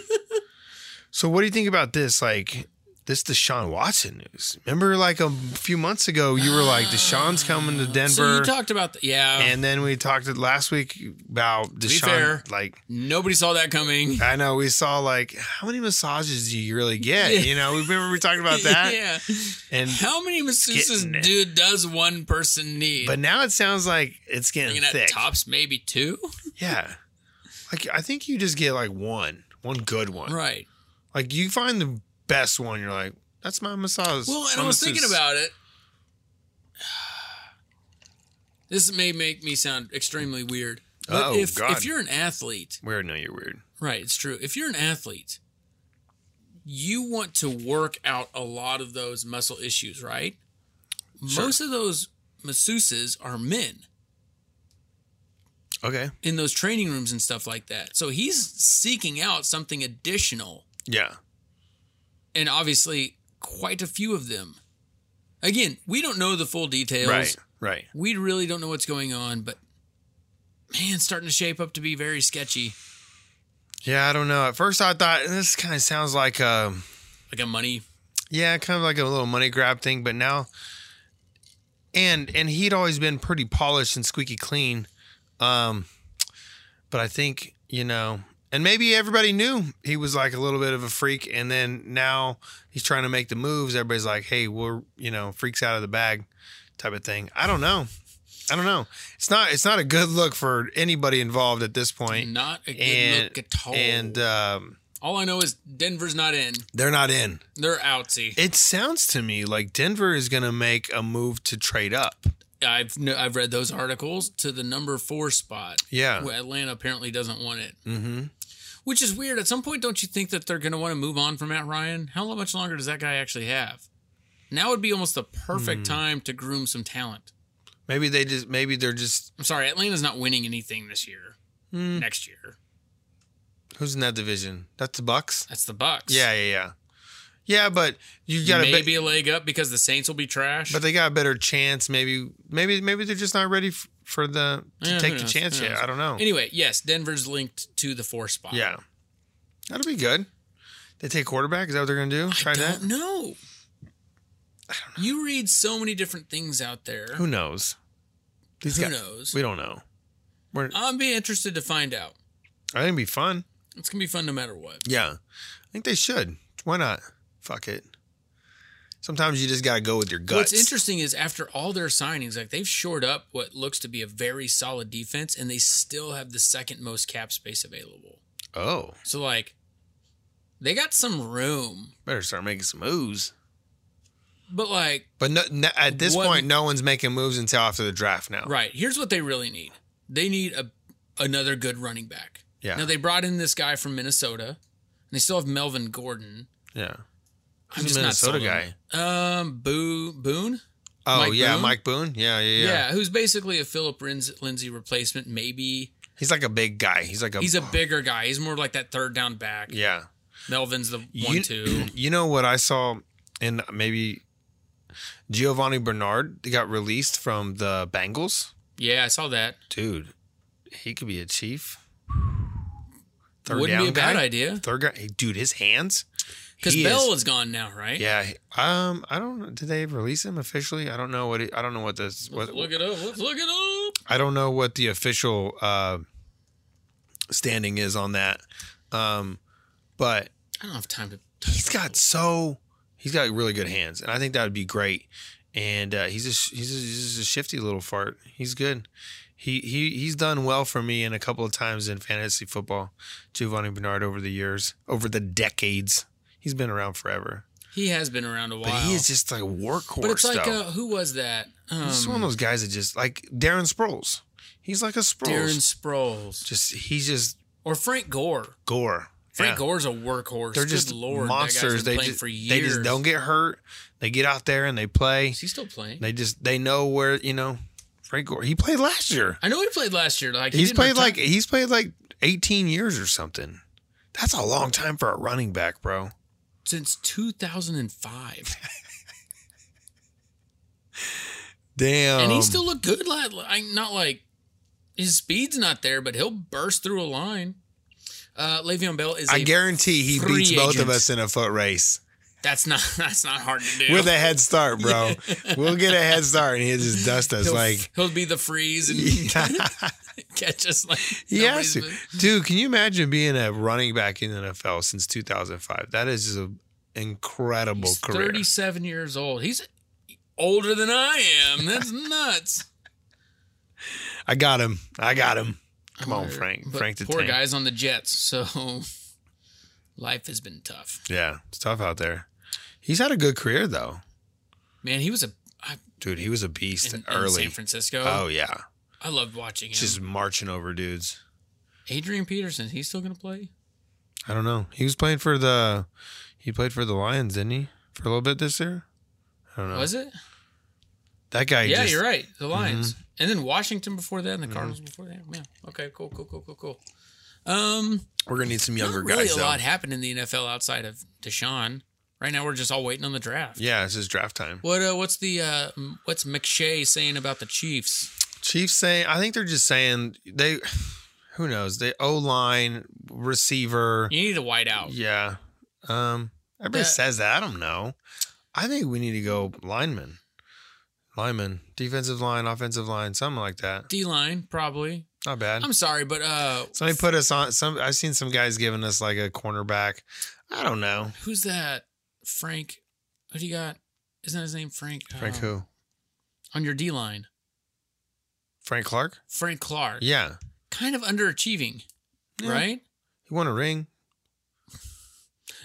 [SPEAKER 1] so what do you think about this? Like this Deshaun Watson news. Remember, like a few months ago, you were like Deshaun's coming to Denver.
[SPEAKER 2] So you talked about the, yeah.
[SPEAKER 1] and then we talked last week about
[SPEAKER 2] be
[SPEAKER 1] Deshaun.
[SPEAKER 2] fair.
[SPEAKER 1] Like
[SPEAKER 2] nobody saw that coming.
[SPEAKER 1] I know we saw like how many massages do you really get? You know, we remember we talked about that.
[SPEAKER 2] yeah.
[SPEAKER 1] And
[SPEAKER 2] How many masseuses
[SPEAKER 1] Getting it.
[SPEAKER 2] dude does one person need?
[SPEAKER 1] but now it sounds like it's getting
[SPEAKER 2] Thinking at
[SPEAKER 1] thick.
[SPEAKER 2] tops maybe two.
[SPEAKER 1] Yeah. Like I think you just get like one, one good one.
[SPEAKER 2] Right.
[SPEAKER 1] Like you find the best one, you're like, that's my massage.
[SPEAKER 2] Well, and I was thinking about it. This may make me sound extremely weird. But
[SPEAKER 1] Oh,
[SPEAKER 2] if,
[SPEAKER 1] God.
[SPEAKER 2] if you're an athlete,
[SPEAKER 1] Weird, no, you're weird.
[SPEAKER 2] Right, it's true. If you're an athlete, you want to work out a lot of those muscle issues, right?
[SPEAKER 1] Sure.
[SPEAKER 2] Most of those masseuses are men
[SPEAKER 1] Okay.
[SPEAKER 2] in those training rooms and stuff like that. So he's seeking out something additional,
[SPEAKER 1] Yeah.
[SPEAKER 2] and obviously, quite a few of them. Again, we don't know the full details.
[SPEAKER 1] Right. Right.
[SPEAKER 2] We really don't know what's going on, but man, it's starting to shape up to be very sketchy,
[SPEAKER 1] Yeah, I don't know. At first I thought this kind of sounds like um
[SPEAKER 2] like a money.
[SPEAKER 1] Yeah, kind of like a little money grab thing, but now and and he'd always been pretty polished and squeaky clean. Um but I think, you know, and maybe everybody knew he was like a little bit of a freak and then now he's trying to make the moves. Everybody's like, "Hey, we're, you know, freaks out of the bag." type of thing. I don't know. I don't know. It's not it's not a good look for anybody involved at this point.
[SPEAKER 2] Not a good
[SPEAKER 1] And-
[SPEAKER 2] look at all.
[SPEAKER 1] And um
[SPEAKER 2] All I know is Denver's not in.
[SPEAKER 1] they're not in.
[SPEAKER 2] They're outsy.
[SPEAKER 1] It sounds to me like Denver is going to make a move to trade up.
[SPEAKER 2] I've kn- I've read those articles to the number four spot.
[SPEAKER 1] Yeah.
[SPEAKER 2] where Atlanta apparently doesn't want it,
[SPEAKER 1] Mm-hmm.
[SPEAKER 2] which is weird. At some point, don't you think that they're going to want to move on from Matt Ryan? How lo- much longer does that guy actually have? Now would be almost the perfect
[SPEAKER 1] Hmm.
[SPEAKER 2] time to groom some talent.
[SPEAKER 1] Maybe they just maybe they're just
[SPEAKER 2] I'm sorry, Atlanta's not winning anything this year.
[SPEAKER 1] Hmm.
[SPEAKER 2] Next year,
[SPEAKER 1] who's in that division? That's the Bucks.
[SPEAKER 2] that's the Bucks.
[SPEAKER 1] Yeah, yeah, yeah, yeah. But you got a
[SPEAKER 2] maybe
[SPEAKER 1] bit,
[SPEAKER 2] a leg up because the Saints will be trash.
[SPEAKER 1] but they got a better chance. Maybe maybe maybe they're just not ready f- for the to
[SPEAKER 2] Yeah, who
[SPEAKER 1] take the
[SPEAKER 2] knows?
[SPEAKER 1] chance
[SPEAKER 2] Who
[SPEAKER 1] yet.
[SPEAKER 2] knows?
[SPEAKER 1] I don't know.
[SPEAKER 2] anyway, yes, Denver's linked to the four spot.
[SPEAKER 1] Yeah, that'll be good. They take quarterback. Is that what they're going to do? Try
[SPEAKER 2] I
[SPEAKER 1] that.
[SPEAKER 2] don't know. You read so many different things out there.
[SPEAKER 1] Who knows? These
[SPEAKER 2] Who
[SPEAKER 1] guys.
[SPEAKER 2] knows?
[SPEAKER 1] We don't know. We're.
[SPEAKER 2] I'm be interested to find out.
[SPEAKER 1] I think it'd be fun.
[SPEAKER 2] It's gonna be fun no matter what.
[SPEAKER 1] Yeah. I think they should. Why not? Fuck it. Sometimes you just got to go with your guts.
[SPEAKER 2] What's interesting is after all their signings, like they've shored up what looks to be a very solid defense, and they still have the second most cap space available.
[SPEAKER 1] Oh.
[SPEAKER 2] So like, They got some room,
[SPEAKER 1] Better start making some moves.
[SPEAKER 2] but like,
[SPEAKER 1] But no, no, at this
[SPEAKER 2] What-
[SPEAKER 1] point, no one's making moves until after the draft now.
[SPEAKER 2] right? Here's what they really need. They need a another good running back.
[SPEAKER 1] Yeah.
[SPEAKER 2] Now they brought in this guy from Minnesota, and they still have Melvin Gordon.
[SPEAKER 1] Yeah.
[SPEAKER 2] I'm
[SPEAKER 1] Who's
[SPEAKER 2] just
[SPEAKER 1] the Minnesota
[SPEAKER 2] not sold on him. Um, Boo Boone.
[SPEAKER 1] Oh
[SPEAKER 2] Mike
[SPEAKER 1] yeah,
[SPEAKER 2] Boone?
[SPEAKER 1] Mike Boone. Yeah, yeah,
[SPEAKER 2] Yeah.
[SPEAKER 1] yeah,
[SPEAKER 2] who's basically a Philip Rins- Lindsay replacement. Maybe
[SPEAKER 1] He's like a big guy. He's like a.
[SPEAKER 2] he's a bigger guy. He's more like that third down back.
[SPEAKER 1] Yeah.
[SPEAKER 2] Melvin's the one
[SPEAKER 1] You-
[SPEAKER 2] two.
[SPEAKER 1] You know what I saw, and maybe Giovanni Bernard got released from the Bengals.
[SPEAKER 2] Yeah, I saw that.
[SPEAKER 1] Dude, he could be a chief.
[SPEAKER 2] Wouldn't be a bad
[SPEAKER 1] guy?
[SPEAKER 2] idea
[SPEAKER 1] Third guy, hey, dude, his hands.
[SPEAKER 2] because
[SPEAKER 1] he
[SPEAKER 2] Bell
[SPEAKER 1] is-
[SPEAKER 2] is, gone now, right?
[SPEAKER 1] Yeah. he- Um. I don't. know. Did they release him officially? I don't know what. It, I don't know what this. What,
[SPEAKER 2] Look it up. Let's look it up.
[SPEAKER 1] I don't know what the official uh, standing is on that. Um. But
[SPEAKER 2] I don't have time to.
[SPEAKER 1] he's got so he's got really good hands, and I think that would be great. And uh, he's a sh- he's a, he's just a shifty little fart. He's good. He he he's done well for me in a couple of times in fantasy football. Giovanni Bernard over the years, over the decades, he's been around forever.
[SPEAKER 2] He has been around a while.
[SPEAKER 1] But he is just like a workhorse.
[SPEAKER 2] But it's like
[SPEAKER 1] though.
[SPEAKER 2] uh, who was that? Um,
[SPEAKER 1] he's one of those guys that just like Darren Sproles. He's like a Sproles.
[SPEAKER 2] Darren Sproles
[SPEAKER 1] just he's just
[SPEAKER 2] or Frank Gore.
[SPEAKER 1] gore.
[SPEAKER 2] Frank
[SPEAKER 1] Yeah.
[SPEAKER 2] Gore's a workhorse.
[SPEAKER 1] They're
[SPEAKER 2] Good
[SPEAKER 1] just
[SPEAKER 2] Lord, That guy's
[SPEAKER 1] monsters.
[SPEAKER 2] been
[SPEAKER 1] They
[SPEAKER 2] playing
[SPEAKER 1] just
[SPEAKER 2] for years.
[SPEAKER 1] they just don't get hurt. They get out there and they play.
[SPEAKER 2] Is he still playing?
[SPEAKER 1] They just they know where you know Frank Gore. He played last year.
[SPEAKER 2] I know he played last year. Like he
[SPEAKER 1] He's
[SPEAKER 2] didn't
[SPEAKER 1] played
[SPEAKER 2] retire-
[SPEAKER 1] like he's played like eighteen years or something. That's a long time for a running back, bro.
[SPEAKER 2] since 2005,
[SPEAKER 1] Damn.
[SPEAKER 2] and he still looked good. Lad, I not like his speed's not there, but he'll burst through a line. Uh, Le'Veon Bell is.
[SPEAKER 1] I
[SPEAKER 2] a-
[SPEAKER 1] guarantee he
[SPEAKER 2] free
[SPEAKER 1] beats both of
[SPEAKER 2] agent.
[SPEAKER 1] us in a foot race.
[SPEAKER 2] That's not. That's not hard to do.
[SPEAKER 1] We're the head start, bro. we'll get a head start and he'll just dust us
[SPEAKER 2] he'll,
[SPEAKER 1] like
[SPEAKER 2] he'll be the freeze and catch us like.
[SPEAKER 1] He has
[SPEAKER 2] nobody's
[SPEAKER 1] to.
[SPEAKER 2] bu-
[SPEAKER 1] Dude, can you imagine being a running back in the NFL since 2005? That is just an incredible
[SPEAKER 2] He's
[SPEAKER 1] career.
[SPEAKER 2] 37 years old. He's older than I am. That's nuts.
[SPEAKER 1] I got him. I got him. Come on,
[SPEAKER 2] But-
[SPEAKER 1] Frank.
[SPEAKER 2] but
[SPEAKER 1] Frank the
[SPEAKER 2] poor
[SPEAKER 1] tank.
[SPEAKER 2] guys on the Jets. So life has been tough.
[SPEAKER 1] Yeah, it's tough out there. He's had a good career, though.
[SPEAKER 2] Man, he was a I,
[SPEAKER 1] Dude, he was a beast
[SPEAKER 2] in, in
[SPEAKER 1] early.
[SPEAKER 2] San Francisco.
[SPEAKER 1] oh, yeah.
[SPEAKER 2] I loved watching him.
[SPEAKER 1] Just marching over dudes.
[SPEAKER 2] Adrian Peterson. He's still gonna play.
[SPEAKER 1] I don't know. He was playing for the. He played for the Lions, didn't he? For a little bit this year? I don't know.
[SPEAKER 2] Was it?
[SPEAKER 1] That guy Oh.
[SPEAKER 2] yeah,
[SPEAKER 1] just. Mm-hmm.
[SPEAKER 2] you're right. The Lions, and then Washington before that, and the Cardinals before that. Yeah. Okay. Cool. Cool. Cool. Cool. Cool. Um,
[SPEAKER 1] We're going to need some younger
[SPEAKER 2] not really
[SPEAKER 1] guys,
[SPEAKER 2] a
[SPEAKER 1] though.
[SPEAKER 2] lot happened in the NFL outside of Deshaun. Right now, we're just all waiting on the draft.
[SPEAKER 1] Yeah, it's just draft time.
[SPEAKER 2] What uh, what's the uh, m- what's McShay saying about the Chiefs?
[SPEAKER 1] Chiefs saying, I think they're just saying they, who knows, they O line receiver.
[SPEAKER 2] You need a whiteout.
[SPEAKER 1] Yeah. Um, everybody
[SPEAKER 2] That-
[SPEAKER 1] says that. I don't know. I think we need to go lineman, lineman, defensive line, offensive line, something like that.
[SPEAKER 2] D line probably.
[SPEAKER 1] Not bad.
[SPEAKER 2] I'm sorry, but uh,
[SPEAKER 1] Somebody put us on some. I've seen some guys giving us like a cornerback. I don't know.
[SPEAKER 2] who's that? Frank? Who do you got? Isn't that his name Frank?
[SPEAKER 1] Frank
[SPEAKER 2] Uh,
[SPEAKER 1] who?
[SPEAKER 2] on your D line?
[SPEAKER 1] Frank Clark?
[SPEAKER 2] Frank Clark.
[SPEAKER 1] Yeah.
[SPEAKER 2] Kind of underachieving,
[SPEAKER 1] Yeah.
[SPEAKER 2] right?
[SPEAKER 1] He won a ring.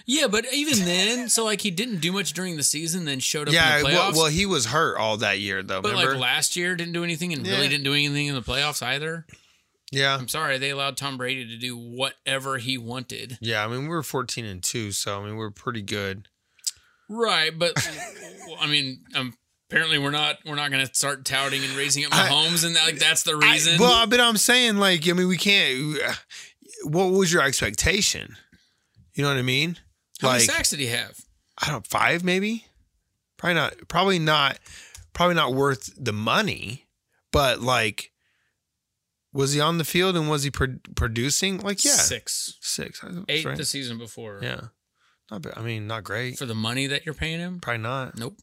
[SPEAKER 2] Yeah, but even then, so like he didn't do much during the season, then showed up
[SPEAKER 1] Yeah.
[SPEAKER 2] in the playoffs.
[SPEAKER 1] Well, well, he was hurt all that year though.
[SPEAKER 2] but
[SPEAKER 1] remember?
[SPEAKER 2] like last year, didn't do anything, and really
[SPEAKER 1] Yeah.
[SPEAKER 2] didn't do anything in the playoffs either.
[SPEAKER 1] yeah.
[SPEAKER 2] I'm sorry, they allowed Tom Brady to do whatever he wanted.
[SPEAKER 1] Yeah, I mean we were fourteen and two, so I mean we are pretty good.
[SPEAKER 2] Right, but I mean, um, apparently we're not we're not going to start touting and raising up
[SPEAKER 1] I-
[SPEAKER 2] Mahomes, and that, like that's the reason.
[SPEAKER 1] I, well, but I'm saying like I mean we can't. What was your expectation? You know what I mean?
[SPEAKER 2] How
[SPEAKER 1] like
[SPEAKER 2] many sacks did he have?
[SPEAKER 1] I don't five maybe, probably not. Probably not. Probably not worth the money. But like, was he on the field and was he pro- producing? Like yeah,
[SPEAKER 2] six,
[SPEAKER 1] six, I- that's
[SPEAKER 2] eight
[SPEAKER 1] right.
[SPEAKER 2] the season before.
[SPEAKER 1] yeah, not. Bad. I mean, not great.
[SPEAKER 2] for the money that you're paying him.
[SPEAKER 1] Probably not.
[SPEAKER 2] Nope.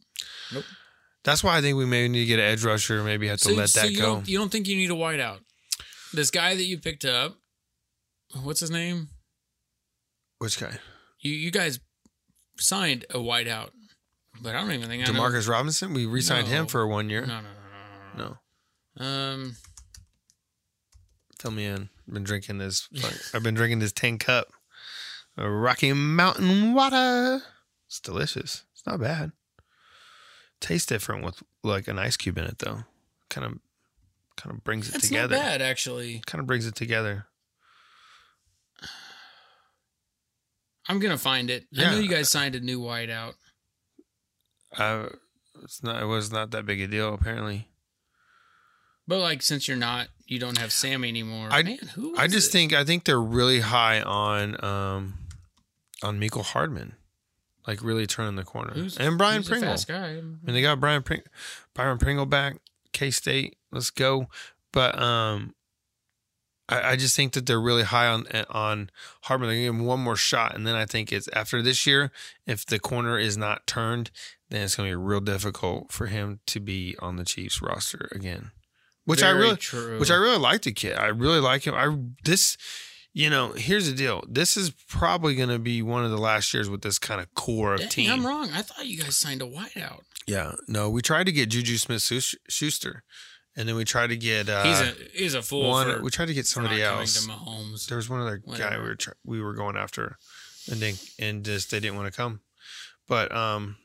[SPEAKER 1] That's why I think we may need to get an edge rusher. Maybe have to let that
[SPEAKER 2] you
[SPEAKER 1] go.
[SPEAKER 2] Don't, you don't think you need a wideout? This guy that you picked up, what's his name?
[SPEAKER 1] Which guy?
[SPEAKER 2] You you guys signed a wideout, but I don't even think I know-
[SPEAKER 1] Demarcus Robinson. We re-signed him
[SPEAKER 2] No.
[SPEAKER 1] for one year.
[SPEAKER 2] No, no, no, no,
[SPEAKER 1] No,
[SPEAKER 2] no. Um,
[SPEAKER 1] fill me in. I've been drinking this. I've been drinking this tin cup. A Rocky Mountain water. It's delicious. It's not bad. Tastes different with like an ice cube in it though. Kind of kind of brings it
[SPEAKER 2] That's
[SPEAKER 1] together.
[SPEAKER 2] not bad, actually.
[SPEAKER 1] Kind of brings it together.
[SPEAKER 2] I'm gonna find it.
[SPEAKER 1] Yeah.
[SPEAKER 2] I knew you guys signed a new white out.
[SPEAKER 1] I it's not it was not that big a deal apparently.
[SPEAKER 2] But like, since you're not, you don't have Sammy anymore.
[SPEAKER 1] I-
[SPEAKER 2] Man, who?
[SPEAKER 1] I
[SPEAKER 2] is
[SPEAKER 1] just
[SPEAKER 2] it?
[SPEAKER 1] think I think they're really high on um on Michael Hardman. Like really turning the corner.
[SPEAKER 2] Who's-
[SPEAKER 1] and Brian
[SPEAKER 2] he's a
[SPEAKER 1] Pringle.
[SPEAKER 2] fast guy.
[SPEAKER 1] I mean, they got Brian Pring- Byron Pringle back, K State. Let's go. But um, I, I just think that they're really high on eh, on Hardman. They're gonna give him one more shot, and then I think it's after this year. If the corner is not turned, then it's gonna be real difficult for him to be on the Chiefs roster again. Which I
[SPEAKER 2] Very
[SPEAKER 1] really,
[SPEAKER 2] true.
[SPEAKER 1] which I really like the kid. I really like him. I this, you know, here's the deal. This is probably gonna be one of the last years with this kind of core of
[SPEAKER 2] Dang,
[SPEAKER 1] team.
[SPEAKER 2] I'm wrong. I thought you guys signed a white out.
[SPEAKER 1] Yeah, no, we tried to get Juju Smith Schuster, and then we tried to get uh,
[SPEAKER 2] he's a he's a fool.
[SPEAKER 1] one.
[SPEAKER 2] for,
[SPEAKER 1] we tried to get
[SPEAKER 2] for not
[SPEAKER 1] somebody
[SPEAKER 2] coming
[SPEAKER 1] else.
[SPEAKER 2] to Mahomes.
[SPEAKER 1] There was one other guy
[SPEAKER 2] Whatever.
[SPEAKER 1] we were try- we were going after, and then and just they didn't want to come. But um,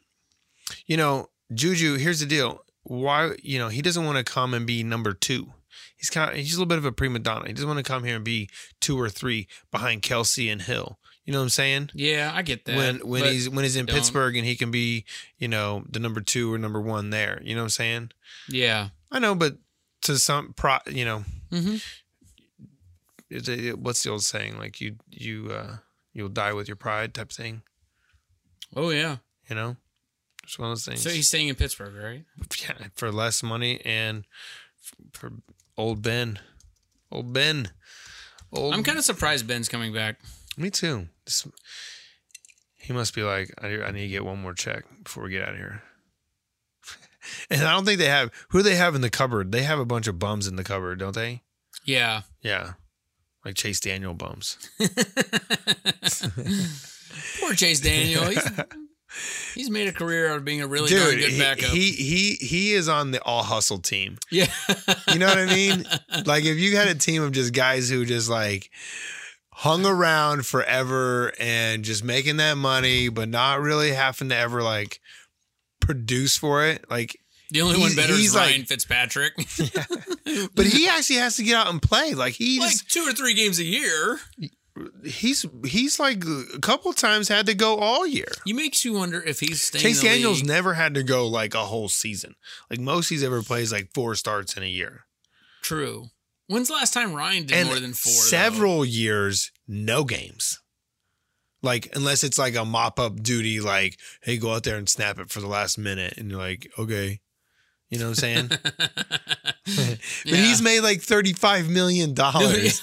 [SPEAKER 1] you know, Juju. Here's the deal. Why you know he doesn't want to come and be number two. He's kind of he's a little bit of a prima donna. He doesn't want to come here and be two or three behind Kelsey and Hill. You know what I'm saying?
[SPEAKER 2] Yeah, I get that.
[SPEAKER 1] when when
[SPEAKER 2] but-
[SPEAKER 1] he's when he's in
[SPEAKER 2] don't.
[SPEAKER 1] Pittsburgh and he can be you know the number two or number one there. You know what I'm saying?
[SPEAKER 2] yeah.
[SPEAKER 1] I know, but to some pro, you know,
[SPEAKER 2] hmm
[SPEAKER 1] it, it- what's the old saying? Like you you uh you'll die with your pride type thing.
[SPEAKER 2] Oh yeah.
[SPEAKER 1] You know, it's one of those things.
[SPEAKER 2] So he's staying in Pittsburgh, right?
[SPEAKER 1] yeah, for less money and f- for old Ben, old Ben, old.
[SPEAKER 2] I'm kind of surprised Ben's coming back.
[SPEAKER 1] Me too. This, he must be like, I, I need to get one more check before we get out of here. and I don't think they have who they have in the cupboard. They have a bunch of bums in the cupboard, don't they?
[SPEAKER 2] Yeah.
[SPEAKER 1] Yeah, like Chase Daniel bums.
[SPEAKER 2] Poor Chase Daniel. He's, he's made a career out of being a really darn
[SPEAKER 1] Dude,
[SPEAKER 2] good
[SPEAKER 1] he,
[SPEAKER 2] backup.
[SPEAKER 1] he he he is on the all hustle team.
[SPEAKER 2] yeah.
[SPEAKER 1] You know what I mean? like if you had a team of just guys who just like hung around forever and just making that money, but not really having to ever like produce for it. Like,
[SPEAKER 2] The only
[SPEAKER 1] He's-
[SPEAKER 2] one better
[SPEAKER 1] he's
[SPEAKER 2] is Ryan
[SPEAKER 1] like-
[SPEAKER 2] Fitzpatrick.
[SPEAKER 1] but he actually has to get out and play. Like he's
[SPEAKER 2] like two or three games a year.
[SPEAKER 1] he's he's like a couple times had to go all year.
[SPEAKER 2] You makes you wonder if he's staying.
[SPEAKER 1] Chase
[SPEAKER 2] in the
[SPEAKER 1] Daniels
[SPEAKER 2] league.
[SPEAKER 1] never had to go like a whole season. Like most he's ever plays like four starts in a year.
[SPEAKER 2] True. When's the last time Ryan did more than four? though?
[SPEAKER 1] several years no games like unless it's like a mop-up duty like hey go out there and snap it for the last minute and you're like okay you know what i'm saying but
[SPEAKER 2] Yeah.
[SPEAKER 1] he's made like 35 million dollars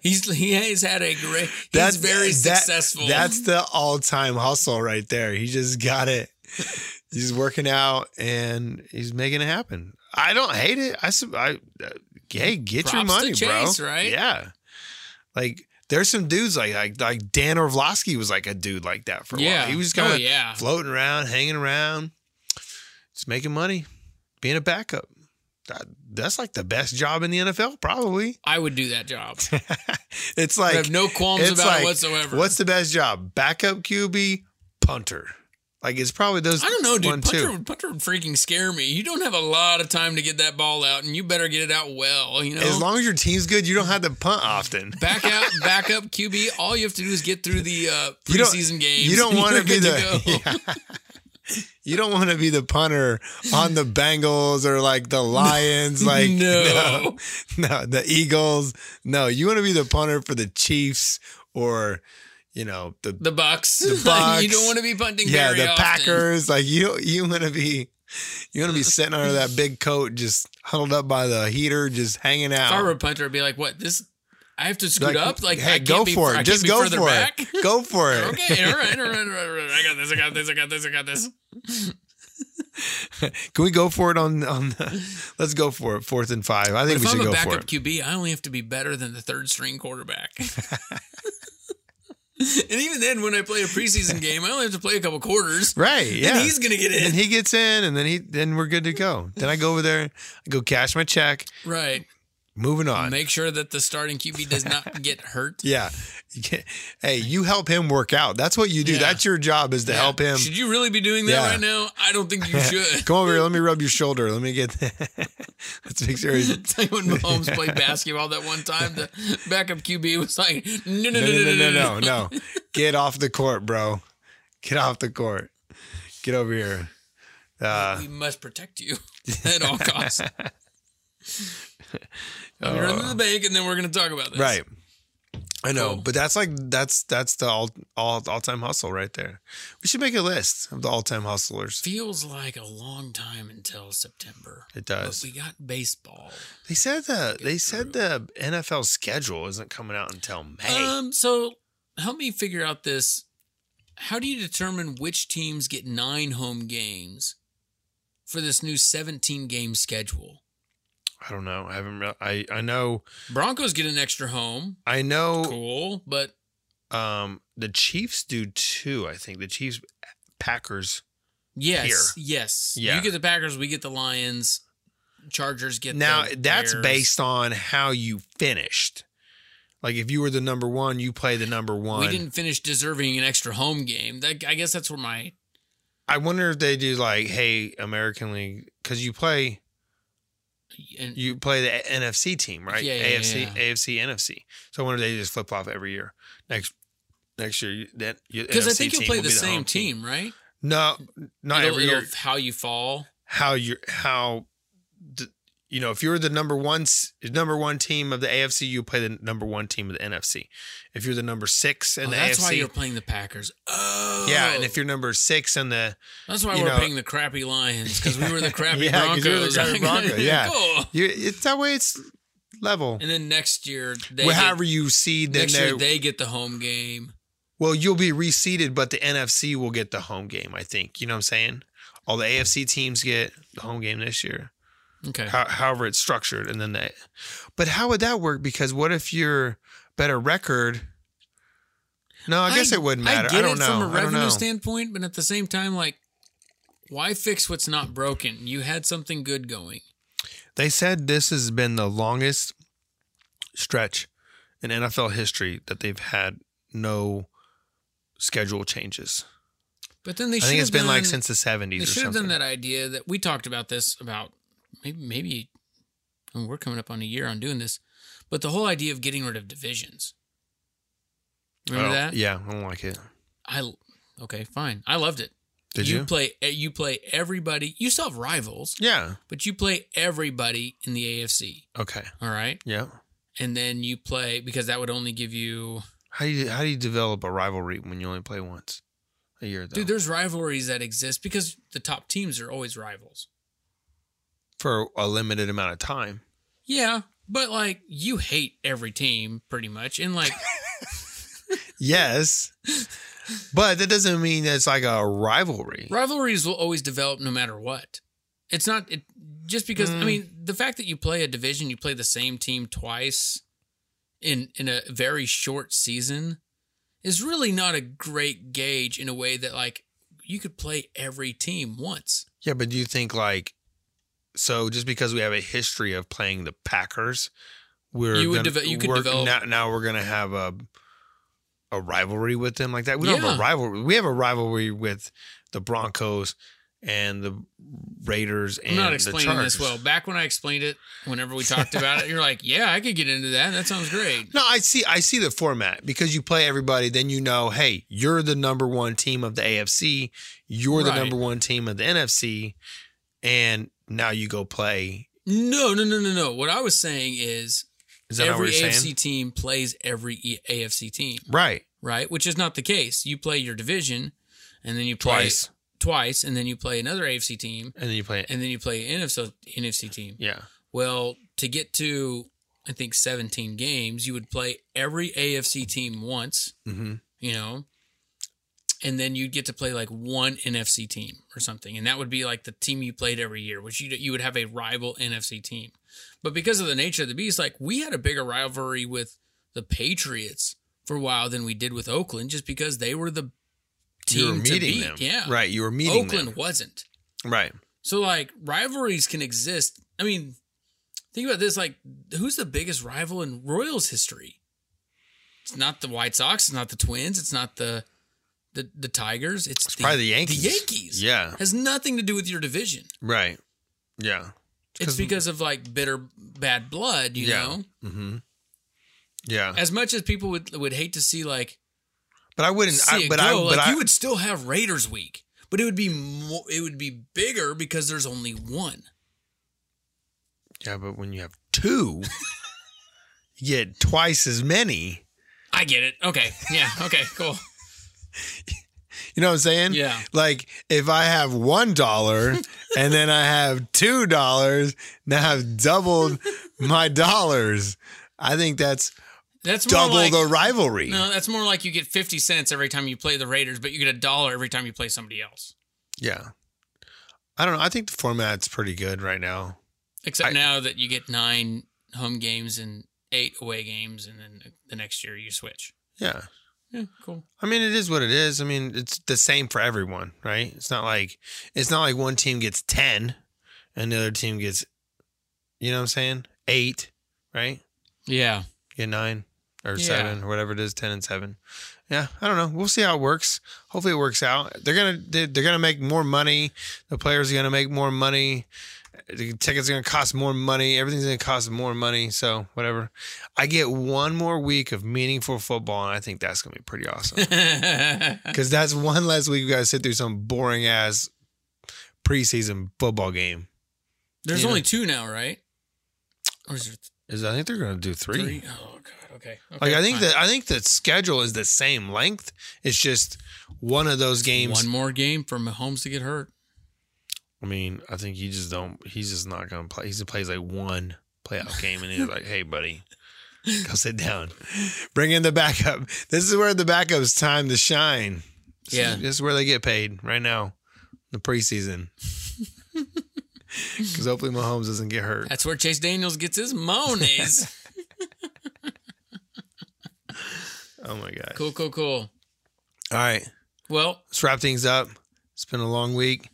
[SPEAKER 2] He's he has had a great. He's
[SPEAKER 1] that's
[SPEAKER 2] very
[SPEAKER 1] that-
[SPEAKER 2] successful.
[SPEAKER 1] that's the all-time hustle right there he just got it he's working out and he's making it happen i don't hate it i, sub- I uh, hey get your
[SPEAKER 2] Props to
[SPEAKER 1] money
[SPEAKER 2] Chase,
[SPEAKER 1] bro
[SPEAKER 2] right?
[SPEAKER 1] yeah like there's some dudes like like like dan orlovsky was like a dude like that for a
[SPEAKER 2] yeah.
[SPEAKER 1] while he was kind
[SPEAKER 2] oh,
[SPEAKER 1] of
[SPEAKER 2] yeah.
[SPEAKER 1] floating around hanging around just making money being a backup That- that's like the best job in the nfl probably
[SPEAKER 2] I would do that job.
[SPEAKER 1] it's
[SPEAKER 2] I
[SPEAKER 1] like
[SPEAKER 2] have no qualms
[SPEAKER 1] it's
[SPEAKER 2] about
[SPEAKER 1] like,
[SPEAKER 2] it whatsoever.
[SPEAKER 1] What's the best job? Backup QB, punter. Like it's probably those.
[SPEAKER 2] I don't know,
[SPEAKER 1] one,
[SPEAKER 2] dude. Punter,
[SPEAKER 1] two.
[SPEAKER 2] would- punter would freaking scare me. You don't have a lot of time to get that ball out, and you better get it out well. You know,
[SPEAKER 1] As long as your team's good, you don't have to punt often.
[SPEAKER 2] back out, back up, QB. All you have to do is get through the uh,
[SPEAKER 1] You don't-
[SPEAKER 2] preseason games.
[SPEAKER 1] You don't
[SPEAKER 2] and
[SPEAKER 1] want to
[SPEAKER 2] you're
[SPEAKER 1] be
[SPEAKER 2] good
[SPEAKER 1] the.
[SPEAKER 2] go.
[SPEAKER 1] Yeah. You don't want to be the punter on the Bengals or like the Lions, like
[SPEAKER 2] No.
[SPEAKER 1] no, no, the Eagles. No, you want to be the punter for the Chiefs or, you know, the
[SPEAKER 2] the Bucks.
[SPEAKER 1] The
[SPEAKER 2] Like, you
[SPEAKER 1] Bucks.
[SPEAKER 2] don't want to be punting.
[SPEAKER 1] yeah,
[SPEAKER 2] very
[SPEAKER 1] the
[SPEAKER 2] often.
[SPEAKER 1] Packers. Like you, you want to be, you want to be sitting under that big coat, just huddled up by the heater, just hanging out.
[SPEAKER 2] If I were a punter, I'd be like, "What this? I have to scoot up. Like, I
[SPEAKER 1] Oh. hey,
[SPEAKER 2] can't
[SPEAKER 1] go
[SPEAKER 2] be-
[SPEAKER 1] for
[SPEAKER 2] I
[SPEAKER 1] it.
[SPEAKER 2] can't
[SPEAKER 1] Just
[SPEAKER 2] be
[SPEAKER 1] go
[SPEAKER 2] further
[SPEAKER 1] for
[SPEAKER 2] back.
[SPEAKER 1] it. Go for it.
[SPEAKER 2] okay, all right, all right, all right, all right. I got this. I got this. I got this. I got this.
[SPEAKER 1] Can we go for it on on? The, let's go for it. Fourth and five. I think
[SPEAKER 2] If
[SPEAKER 1] we should
[SPEAKER 2] I'm a
[SPEAKER 1] go for
[SPEAKER 2] backup
[SPEAKER 1] it.
[SPEAKER 2] QB, I only have to be better than the third string quarterback. and even then, when I play a preseason game, I only have to play a couple quarters.
[SPEAKER 1] Right. Yeah.
[SPEAKER 2] And he's gonna get
[SPEAKER 1] and
[SPEAKER 2] in.
[SPEAKER 1] he gets in, and then he then we're good to go. Then I go over there, I go cash my check,
[SPEAKER 2] right.
[SPEAKER 1] Moving on.
[SPEAKER 2] Make sure that the starting QB does not get hurt.
[SPEAKER 1] yeah. You can't- Hey, you help him work out. That's what you do.
[SPEAKER 2] Yeah.
[SPEAKER 1] That's your job is to
[SPEAKER 2] Yeah.
[SPEAKER 1] help him.
[SPEAKER 2] Should you really be doing that
[SPEAKER 1] Yeah.
[SPEAKER 2] right now? I don't think you should.
[SPEAKER 1] Come over here. Let me rub your shoulder. Let me get. Let's make sure. he's-
[SPEAKER 2] Tell you when Mahomes played basketball that one time, the backup QB was like, no, no,
[SPEAKER 1] No,
[SPEAKER 2] no,
[SPEAKER 1] no, no, no, no, no. Get off the court, bro. Get off the court. Get over here. Uh,
[SPEAKER 2] we must protect you at all costs. I'm running to the bank, and then we're going to talk about this.
[SPEAKER 1] Oh. Right. I know,
[SPEAKER 2] Cool.
[SPEAKER 1] but that's like that's that's the all all all time hustle right there. We should make a list of the all time hustlers.
[SPEAKER 2] Feels like a long time until September.
[SPEAKER 1] It
[SPEAKER 2] But
[SPEAKER 1] does.
[SPEAKER 2] we got baseball.
[SPEAKER 1] They said the they said the NFL schedule isn't coming out until May.
[SPEAKER 2] Um, so help me figure out this. How do you determine which teams get nine home games for this new 17 game schedule?
[SPEAKER 1] I don't know. I haven't. Re- I I know.
[SPEAKER 2] Broncos get an extra home.
[SPEAKER 1] I know.
[SPEAKER 2] Cool. But
[SPEAKER 1] Um, the Chiefs do too. I think the Chiefs, Packers.
[SPEAKER 2] yes, yes.
[SPEAKER 1] Yeah.
[SPEAKER 2] You get the Packers, we get the Lions. Chargers get
[SPEAKER 1] now
[SPEAKER 2] the
[SPEAKER 1] that's
[SPEAKER 2] Bears.
[SPEAKER 1] based on how you finished. Like if you were the number one, you play the number one.
[SPEAKER 2] We didn't finish deserving an extra home game. That, I guess that's where my
[SPEAKER 1] I wonder if they do like, hey, American League, because you play
[SPEAKER 2] and
[SPEAKER 1] you play the NFC team, right?
[SPEAKER 2] Yeah, yeah,
[SPEAKER 1] AFC,
[SPEAKER 2] yeah.
[SPEAKER 1] AFC, NFC. So I wonder if they just flip flop every year. Next next year, you- that
[SPEAKER 2] because
[SPEAKER 1] because
[SPEAKER 2] I think you'll play the same team, right?
[SPEAKER 1] No, not
[SPEAKER 2] It'll-
[SPEAKER 1] every
[SPEAKER 2] it'll-
[SPEAKER 1] year.
[SPEAKER 2] How you fall?
[SPEAKER 1] How you how d- you know if you're the number one s- number one team of the AFC, you play the number one team of the NFC. If you're the number six in
[SPEAKER 2] Oh,
[SPEAKER 1] the
[SPEAKER 2] that's
[SPEAKER 1] AFC,
[SPEAKER 2] why you're playing the Packers. Oh,
[SPEAKER 1] yeah, and if you're number six in the
[SPEAKER 2] That's why
[SPEAKER 1] you
[SPEAKER 2] we're
[SPEAKER 1] know-
[SPEAKER 2] paying the crappy Lions because we were the crappy
[SPEAKER 1] Yeah, 'cause
[SPEAKER 2] Broncos.
[SPEAKER 1] you were the crappy Broncos, yeah.
[SPEAKER 2] Cool.
[SPEAKER 1] you, it's that way it's level.
[SPEAKER 2] And then next year, they
[SPEAKER 1] Well,
[SPEAKER 2] get-
[SPEAKER 1] however you seed, then
[SPEAKER 2] next year
[SPEAKER 1] they-
[SPEAKER 2] they get the home game.
[SPEAKER 1] well, you'll be reseeded, but the NFC will get the home game. I think you know what I'm saying. All the AFC teams get the home game this year,
[SPEAKER 2] Okay.
[SPEAKER 1] how, however it's structured, and then that. But how would that work? Because what if you're better record? No, I guess it wouldn't matter. I,
[SPEAKER 2] get
[SPEAKER 1] don't
[SPEAKER 2] it
[SPEAKER 1] know.
[SPEAKER 2] from
[SPEAKER 1] I
[SPEAKER 2] a
[SPEAKER 1] don't
[SPEAKER 2] revenue
[SPEAKER 1] know.
[SPEAKER 2] standpoint, but at the same time, like, why fix what's not broken? You had something good going.
[SPEAKER 1] They said this has been the longest stretch in NFL history that they've had no schedule changes.
[SPEAKER 2] But then they
[SPEAKER 1] I
[SPEAKER 2] should
[SPEAKER 1] think
[SPEAKER 2] have
[SPEAKER 1] it's been like
[SPEAKER 2] done-
[SPEAKER 1] since the 70s
[SPEAKER 2] They
[SPEAKER 1] or
[SPEAKER 2] should have
[SPEAKER 1] something.
[SPEAKER 2] done that idea that we talked about this about maybe maybe I mean, we're coming up on a year on doing this, but the whole idea of getting rid of divisions. Remember
[SPEAKER 1] Oh,
[SPEAKER 2] that?
[SPEAKER 1] Yeah, I don't like it.
[SPEAKER 2] I okay, fine. I loved it.
[SPEAKER 1] Did you?
[SPEAKER 2] play? eh, You play everybody. You still have rivals,
[SPEAKER 1] Yeah.
[SPEAKER 2] but you play everybody in the AFC.
[SPEAKER 1] Okay.
[SPEAKER 2] All right,
[SPEAKER 1] Yeah.
[SPEAKER 2] and then you play because that would only give you.
[SPEAKER 1] How do you how do you develop a rivalry when you only play once a year though?
[SPEAKER 2] Dude, there's rivalries that exist because the top teams are always rivals.
[SPEAKER 1] for a limited amount of time.
[SPEAKER 2] Yeah, but like you hate every team pretty much, and like
[SPEAKER 1] Yes. but that doesn't mean it's like a rivalry.
[SPEAKER 2] rivalries will always develop no matter what. It's not it, just because I
[SPEAKER 1] Mm.
[SPEAKER 2] mean the fact that you play a division, you play the same team twice in in a very short season is really not a great gauge in a way that like you could play every team once.
[SPEAKER 1] Yeah, but do you think like so just because we have a history of playing the Packers, we're
[SPEAKER 2] You would
[SPEAKER 1] gonna-
[SPEAKER 2] deve- you could
[SPEAKER 1] we're-
[SPEAKER 2] develop-
[SPEAKER 1] now, now we're gonna have a a rivalry with them like that. We don't have
[SPEAKER 2] Yeah.
[SPEAKER 1] a rivalry. We have a rivalry with the Broncos and the Raiders and
[SPEAKER 2] I'm not
[SPEAKER 1] the
[SPEAKER 2] explaining
[SPEAKER 1] Chargers.
[SPEAKER 2] this well. Back when I explained it, whenever we talked about it, you're like, "Yeah, I could get into that. That sounds great."
[SPEAKER 1] No, I see. I see the format because you play everybody. Then you know, hey, you're the number one team of the AFC. You're the
[SPEAKER 2] Right.
[SPEAKER 1] number one team of the NFC, and now you go play.
[SPEAKER 2] No, no, no, no, no. What I was saying is
[SPEAKER 1] Is that not
[SPEAKER 2] every
[SPEAKER 1] what you're
[SPEAKER 2] AFC
[SPEAKER 1] saying?
[SPEAKER 2] team plays every E- AFC team.
[SPEAKER 1] Right,
[SPEAKER 2] right? Which is not the case. You play your division, and then you play
[SPEAKER 1] twice,
[SPEAKER 2] twice, and then you play another AFC team,
[SPEAKER 1] and then you play. it.
[SPEAKER 2] and then you play an NFC NFC team.
[SPEAKER 1] Yeah,
[SPEAKER 2] Well, to get to I think 17 games, you would play every AFC team once,
[SPEAKER 1] hmm
[SPEAKER 2] you know, and then you'd get to play like one NFC team or something, and that would be like the team you played every year, which you you would have a rival NFC team. But because of the nature of the beast, like we had a bigger rivalry with the Patriots for a while than we did with Oakland, just because they were the
[SPEAKER 1] you were
[SPEAKER 2] team to
[SPEAKER 1] meeting
[SPEAKER 2] beat.
[SPEAKER 1] them.
[SPEAKER 2] Yeah,
[SPEAKER 1] right. You were meeting
[SPEAKER 2] Oakland
[SPEAKER 1] them.
[SPEAKER 2] wasn't.
[SPEAKER 1] Right.
[SPEAKER 2] So like rivalries can exist. I mean, Think about this: like, who's the biggest rival in Royals history? It's not the White Sox. It's not the Twins. It's not the the, the Tigers. It's, the,
[SPEAKER 1] probably the Yankees.
[SPEAKER 2] The Yankees.
[SPEAKER 1] Yeah.
[SPEAKER 2] has nothing to do with your division.
[SPEAKER 1] Right. Yeah.
[SPEAKER 2] It's
[SPEAKER 1] 'cause-
[SPEAKER 2] because of like bitter bad blood. You
[SPEAKER 1] Yeah.
[SPEAKER 2] know,
[SPEAKER 1] mm-hmm. Yeah.
[SPEAKER 2] as much as people would would hate to see like
[SPEAKER 1] But I wouldn't.
[SPEAKER 2] see
[SPEAKER 1] I,
[SPEAKER 2] it
[SPEAKER 1] but
[SPEAKER 2] go,
[SPEAKER 1] I.
[SPEAKER 2] like
[SPEAKER 1] But I.
[SPEAKER 2] you would still have Raiders week, but it would be more, it would be bigger because there's only one.
[SPEAKER 1] yeah. But when you have two, you get twice as many.
[SPEAKER 2] I get it. Okay. Yeah. Okay. Cool.
[SPEAKER 1] You know what I'm saying?
[SPEAKER 2] Yeah.
[SPEAKER 1] Like if I have one dollar and then I have two dollars, now I've doubled my dollars. I think that's
[SPEAKER 2] That's more
[SPEAKER 1] double
[SPEAKER 2] like-
[SPEAKER 1] the rivalry.
[SPEAKER 2] No, that's more like you get 50 cents every time you play the Raiders, but you get a dollar every time you play somebody else.
[SPEAKER 1] Yeah. I don't know. I think the format's pretty good right now.
[SPEAKER 2] Except
[SPEAKER 1] I-
[SPEAKER 2] now that you get nine home games and eight away games, and then the next year you switch.
[SPEAKER 1] Yeah.
[SPEAKER 2] Yeah, cool.
[SPEAKER 1] I mean, it is what it is. I mean, it's the same for everyone, right? It's not like it's not like one team gets ten and the other team gets, you know what I'm saying? Eight, right?
[SPEAKER 2] Yeah.
[SPEAKER 1] Yeah, nine or
[SPEAKER 2] Yeah.
[SPEAKER 1] seven or whatever it is, ten and seven. Yeah, I don't know. We'll see how it works. Hopefully, it works out. They're gonna they- they're gonna make more money. The players are gonna make more money. The tickets are gonna cost more money. Everything's gonna cost more money. So whatever. I get one more week of meaningful football, and I think that's gonna be pretty awesome. Because that's one less week we gotta sit through some boring ass preseason football game.
[SPEAKER 2] There's
[SPEAKER 1] Yeah.
[SPEAKER 2] only two now, right? Or is there
[SPEAKER 1] Is I think they're gonna do three.
[SPEAKER 2] three? Oh, God. Okay.
[SPEAKER 1] Like
[SPEAKER 2] Okay,
[SPEAKER 1] I think
[SPEAKER 2] fine.
[SPEAKER 1] that I think the schedule is the same length. It's just one of those games.
[SPEAKER 2] one more game for Mahomes to get hurt.
[SPEAKER 1] I mean, I think he just don't. He's just not gonna play. He just plays like one playoff game, and he's like, "Hey, buddy, go sit down. Bring in the backup. This is where the backups time to shine. This
[SPEAKER 2] Yeah.
[SPEAKER 1] is, this is where they get paid right now, the preseason. Because hopefully Mahomes doesn't get hurt.
[SPEAKER 2] That's where Chase Daniels gets his monies.
[SPEAKER 1] Oh my god.
[SPEAKER 2] cool, cool, cool.
[SPEAKER 1] All right,
[SPEAKER 2] Well,
[SPEAKER 1] let's wrap things up. It's been a long week.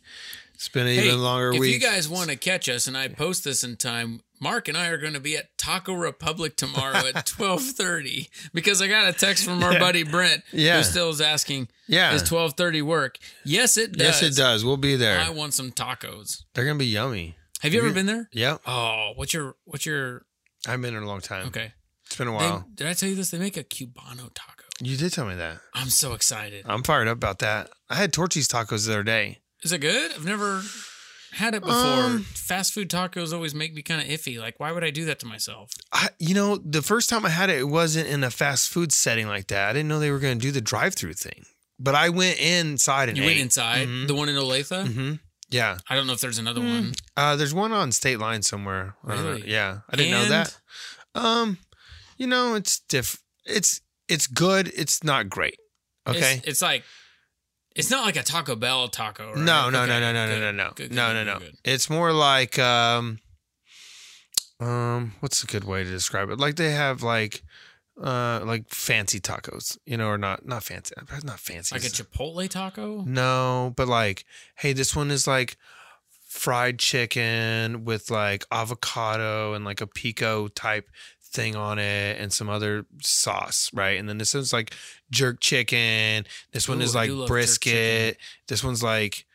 [SPEAKER 1] It's been an
[SPEAKER 2] Hey,
[SPEAKER 1] even longer
[SPEAKER 2] if
[SPEAKER 1] week.
[SPEAKER 2] you guys want to catch us and I post this in time, Mark and I are going to be at Taco Republic tomorrow at 12:30 because I got a text from our buddy Brent
[SPEAKER 1] Yeah.
[SPEAKER 2] who still is asking
[SPEAKER 1] yeah.
[SPEAKER 2] is 12:30 work? Yes it does.
[SPEAKER 1] Yes, it does. We'll be there.
[SPEAKER 2] I want some tacos.
[SPEAKER 1] They're gonna be yummy.
[SPEAKER 2] Have you
[SPEAKER 1] Mhm.
[SPEAKER 2] ever been there?
[SPEAKER 1] Yep,
[SPEAKER 2] Oh, what's your what's your
[SPEAKER 1] I've been in a long time.
[SPEAKER 2] Okay.
[SPEAKER 1] it's been a
[SPEAKER 2] They-
[SPEAKER 1] while.
[SPEAKER 2] did I tell you this? They make a cubano taco.
[SPEAKER 1] you did tell me that.
[SPEAKER 2] I'm so excited.
[SPEAKER 1] I'm fired up about that. I had Torchy's tacos the other day.
[SPEAKER 2] Is it good? I've never had it before.
[SPEAKER 1] Um,
[SPEAKER 2] Fast food tacos always make me kind of iffy. Like, why would I do that to myself?
[SPEAKER 1] I, you know, the first time I had it, it wasn't in a fast food setting like that. I didn't know they were gonna do the drive-through thing. But I went inside and
[SPEAKER 2] You went
[SPEAKER 1] ate.
[SPEAKER 2] inside
[SPEAKER 1] Mm-hmm.
[SPEAKER 2] the one in Olathe.
[SPEAKER 1] hmm Yeah,
[SPEAKER 2] I don't know if there's another one.
[SPEAKER 1] uh, there's one on State Line somewhere. I don't know.
[SPEAKER 2] Really?
[SPEAKER 1] Yeah, I didn't know
[SPEAKER 2] And-
[SPEAKER 1] that. Um, you know, it's diff. It's it's good. It's not great. Okay.
[SPEAKER 2] It's, it's like, it's not like a Taco Bell taco. Right?
[SPEAKER 1] No, no,
[SPEAKER 2] Okay,
[SPEAKER 1] no, no, no, no,
[SPEAKER 2] good,
[SPEAKER 1] no, no,
[SPEAKER 2] good, good,
[SPEAKER 1] no, no,
[SPEAKER 2] good,
[SPEAKER 1] no.
[SPEAKER 2] good.
[SPEAKER 1] It's more like um, um, what's a good way to describe it? Like they have like, uh, like fancy tacos, you know, or not, not fancy, not fancy.
[SPEAKER 2] Like a Chipotle taco?
[SPEAKER 1] Mm. no, but like, hey, this one is like fried chicken with like avocado and like a pico type thing on it and some other sauce, right? And then this one's like jerk chicken. This one
[SPEAKER 2] Ooh,
[SPEAKER 1] is
[SPEAKER 2] I
[SPEAKER 1] like
[SPEAKER 2] do love jerk
[SPEAKER 1] brisket. This one's like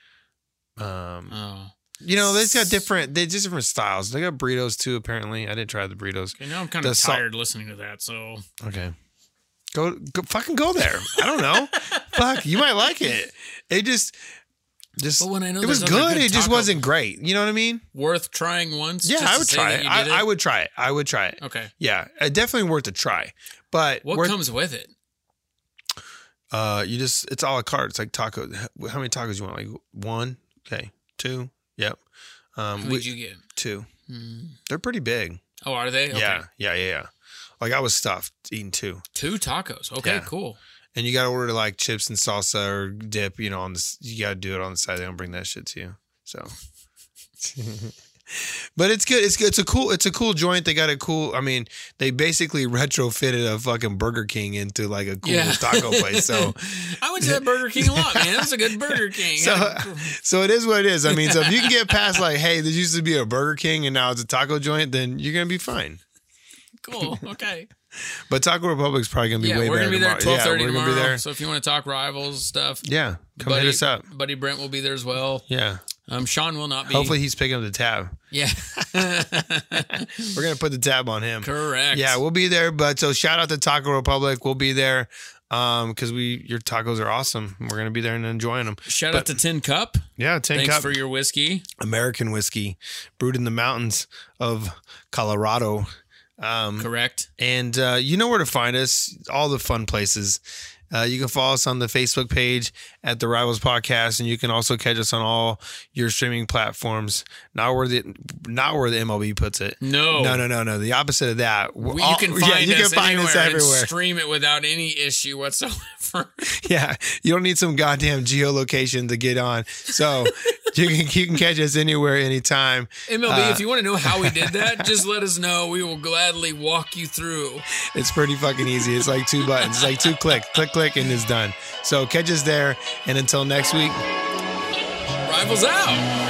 [SPEAKER 1] um
[SPEAKER 2] Oh.
[SPEAKER 1] you know, they've got different they just different styles. They got burritos too apparently. I didn't try the burritos.
[SPEAKER 2] Okay, now I'm kind of
[SPEAKER 1] The sal-
[SPEAKER 2] tired listening to that. So
[SPEAKER 1] Okay. Go, go fucking go there. I don't know. Fuck, you might like it. It just just
[SPEAKER 2] But when I know
[SPEAKER 1] it was
[SPEAKER 2] there's other
[SPEAKER 1] good,
[SPEAKER 2] good
[SPEAKER 1] it just
[SPEAKER 2] taco-
[SPEAKER 1] wasn't great. You know what I mean?
[SPEAKER 2] worth trying once.
[SPEAKER 1] Yeah,
[SPEAKER 2] just
[SPEAKER 1] I
[SPEAKER 2] to
[SPEAKER 1] would
[SPEAKER 2] say
[SPEAKER 1] try
[SPEAKER 2] that
[SPEAKER 1] it.
[SPEAKER 2] you
[SPEAKER 1] I,
[SPEAKER 2] did
[SPEAKER 1] I would try it. I would try it.
[SPEAKER 2] Okay.
[SPEAKER 1] Yeah, uh, definitely worth a try. But
[SPEAKER 2] What
[SPEAKER 1] worth,
[SPEAKER 2] comes with it?
[SPEAKER 1] uh, you just it's a la carte. It's like taco. How many tacos you want? Like one? Okay, two. Yep. Um,
[SPEAKER 2] What
[SPEAKER 1] we-
[SPEAKER 2] did you get?
[SPEAKER 1] two.
[SPEAKER 2] Hmm.
[SPEAKER 1] They're pretty big.
[SPEAKER 2] Oh, are they? Okay.
[SPEAKER 1] Yeah, yeah, yeah, yeah. Like I was stuffed eating two.
[SPEAKER 2] Two tacos. Okay,
[SPEAKER 1] Yeah.
[SPEAKER 2] cool.
[SPEAKER 1] And you got to order like chips and salsa or dip, you know, on this. You got to do it on the side. They don't bring that shit to you. So But it's good. It's good. It's a cool. It's a cool joint. They got a cool. I mean, they basically retrofitted a fucking Burger King into like a cool
[SPEAKER 2] Yeah.
[SPEAKER 1] taco place. So,
[SPEAKER 2] I went to that Burger King a lot, man. That was a good Burger King.
[SPEAKER 1] so, so it is what it is. I mean, so if you can get past like, hey, this used to be a Burger King and now it's a taco joint, then you're gonna be fine.
[SPEAKER 2] cool. Okay.
[SPEAKER 1] But Taco Republic's probably gonna be
[SPEAKER 2] Yeah,
[SPEAKER 1] way
[SPEAKER 2] we're
[SPEAKER 1] better
[SPEAKER 2] gonna be there at twelve thirty
[SPEAKER 1] yeah, we're
[SPEAKER 2] tomorrow.
[SPEAKER 1] gonna be there.
[SPEAKER 2] So if you want to talk rivals stuff,
[SPEAKER 1] Yeah, come
[SPEAKER 2] buddy,
[SPEAKER 1] hit us up.
[SPEAKER 2] Buddy Brent will be there as well.
[SPEAKER 1] Yeah,
[SPEAKER 2] Um, Sean will not be.
[SPEAKER 1] hopefully he's picking up the tab.
[SPEAKER 2] yeah.
[SPEAKER 1] We're gonna put the tab on him.
[SPEAKER 2] Correct.
[SPEAKER 1] Yeah, we'll be there. But so shout out to Taco Republic. We'll be there um because we your tacos are awesome. We're gonna be there and enjoying them.
[SPEAKER 2] Shout out
[SPEAKER 1] but-
[SPEAKER 2] to Tin Cup.
[SPEAKER 1] Yeah, ten
[SPEAKER 2] Thanks
[SPEAKER 1] cup
[SPEAKER 2] for your whiskey.
[SPEAKER 1] American whiskey brewed in the mountains of Colorado. Um,
[SPEAKER 2] Correct.
[SPEAKER 1] and uh, you know where to find us, all the fun places. Uh, you can follow us on the Facebook page at the Rivals Podcast, and you can also catch us on all your streaming platforms. Not where the not where the MLB puts it.
[SPEAKER 2] No.
[SPEAKER 1] no, no, no, no. The opposite of that.
[SPEAKER 2] We-
[SPEAKER 1] All-
[SPEAKER 2] you can
[SPEAKER 1] yeah,
[SPEAKER 2] find,
[SPEAKER 1] you
[SPEAKER 2] us,
[SPEAKER 1] can find
[SPEAKER 2] anywhere
[SPEAKER 1] us
[SPEAKER 2] and
[SPEAKER 1] everywhere.
[SPEAKER 2] stream it without any issue whatsoever.
[SPEAKER 1] Yeah, you don't need some goddamn geolocation to get on. So you can you can catch us anywhere, anytime. Uh,
[SPEAKER 2] MLB, if you want to know how we did that, just let us know. We will gladly walk you through.
[SPEAKER 1] It's pretty fucking easy. It's like two buttons. It's like two clicks, click, click, and it's done. So catch us there. And until next week.
[SPEAKER 2] Rivals out.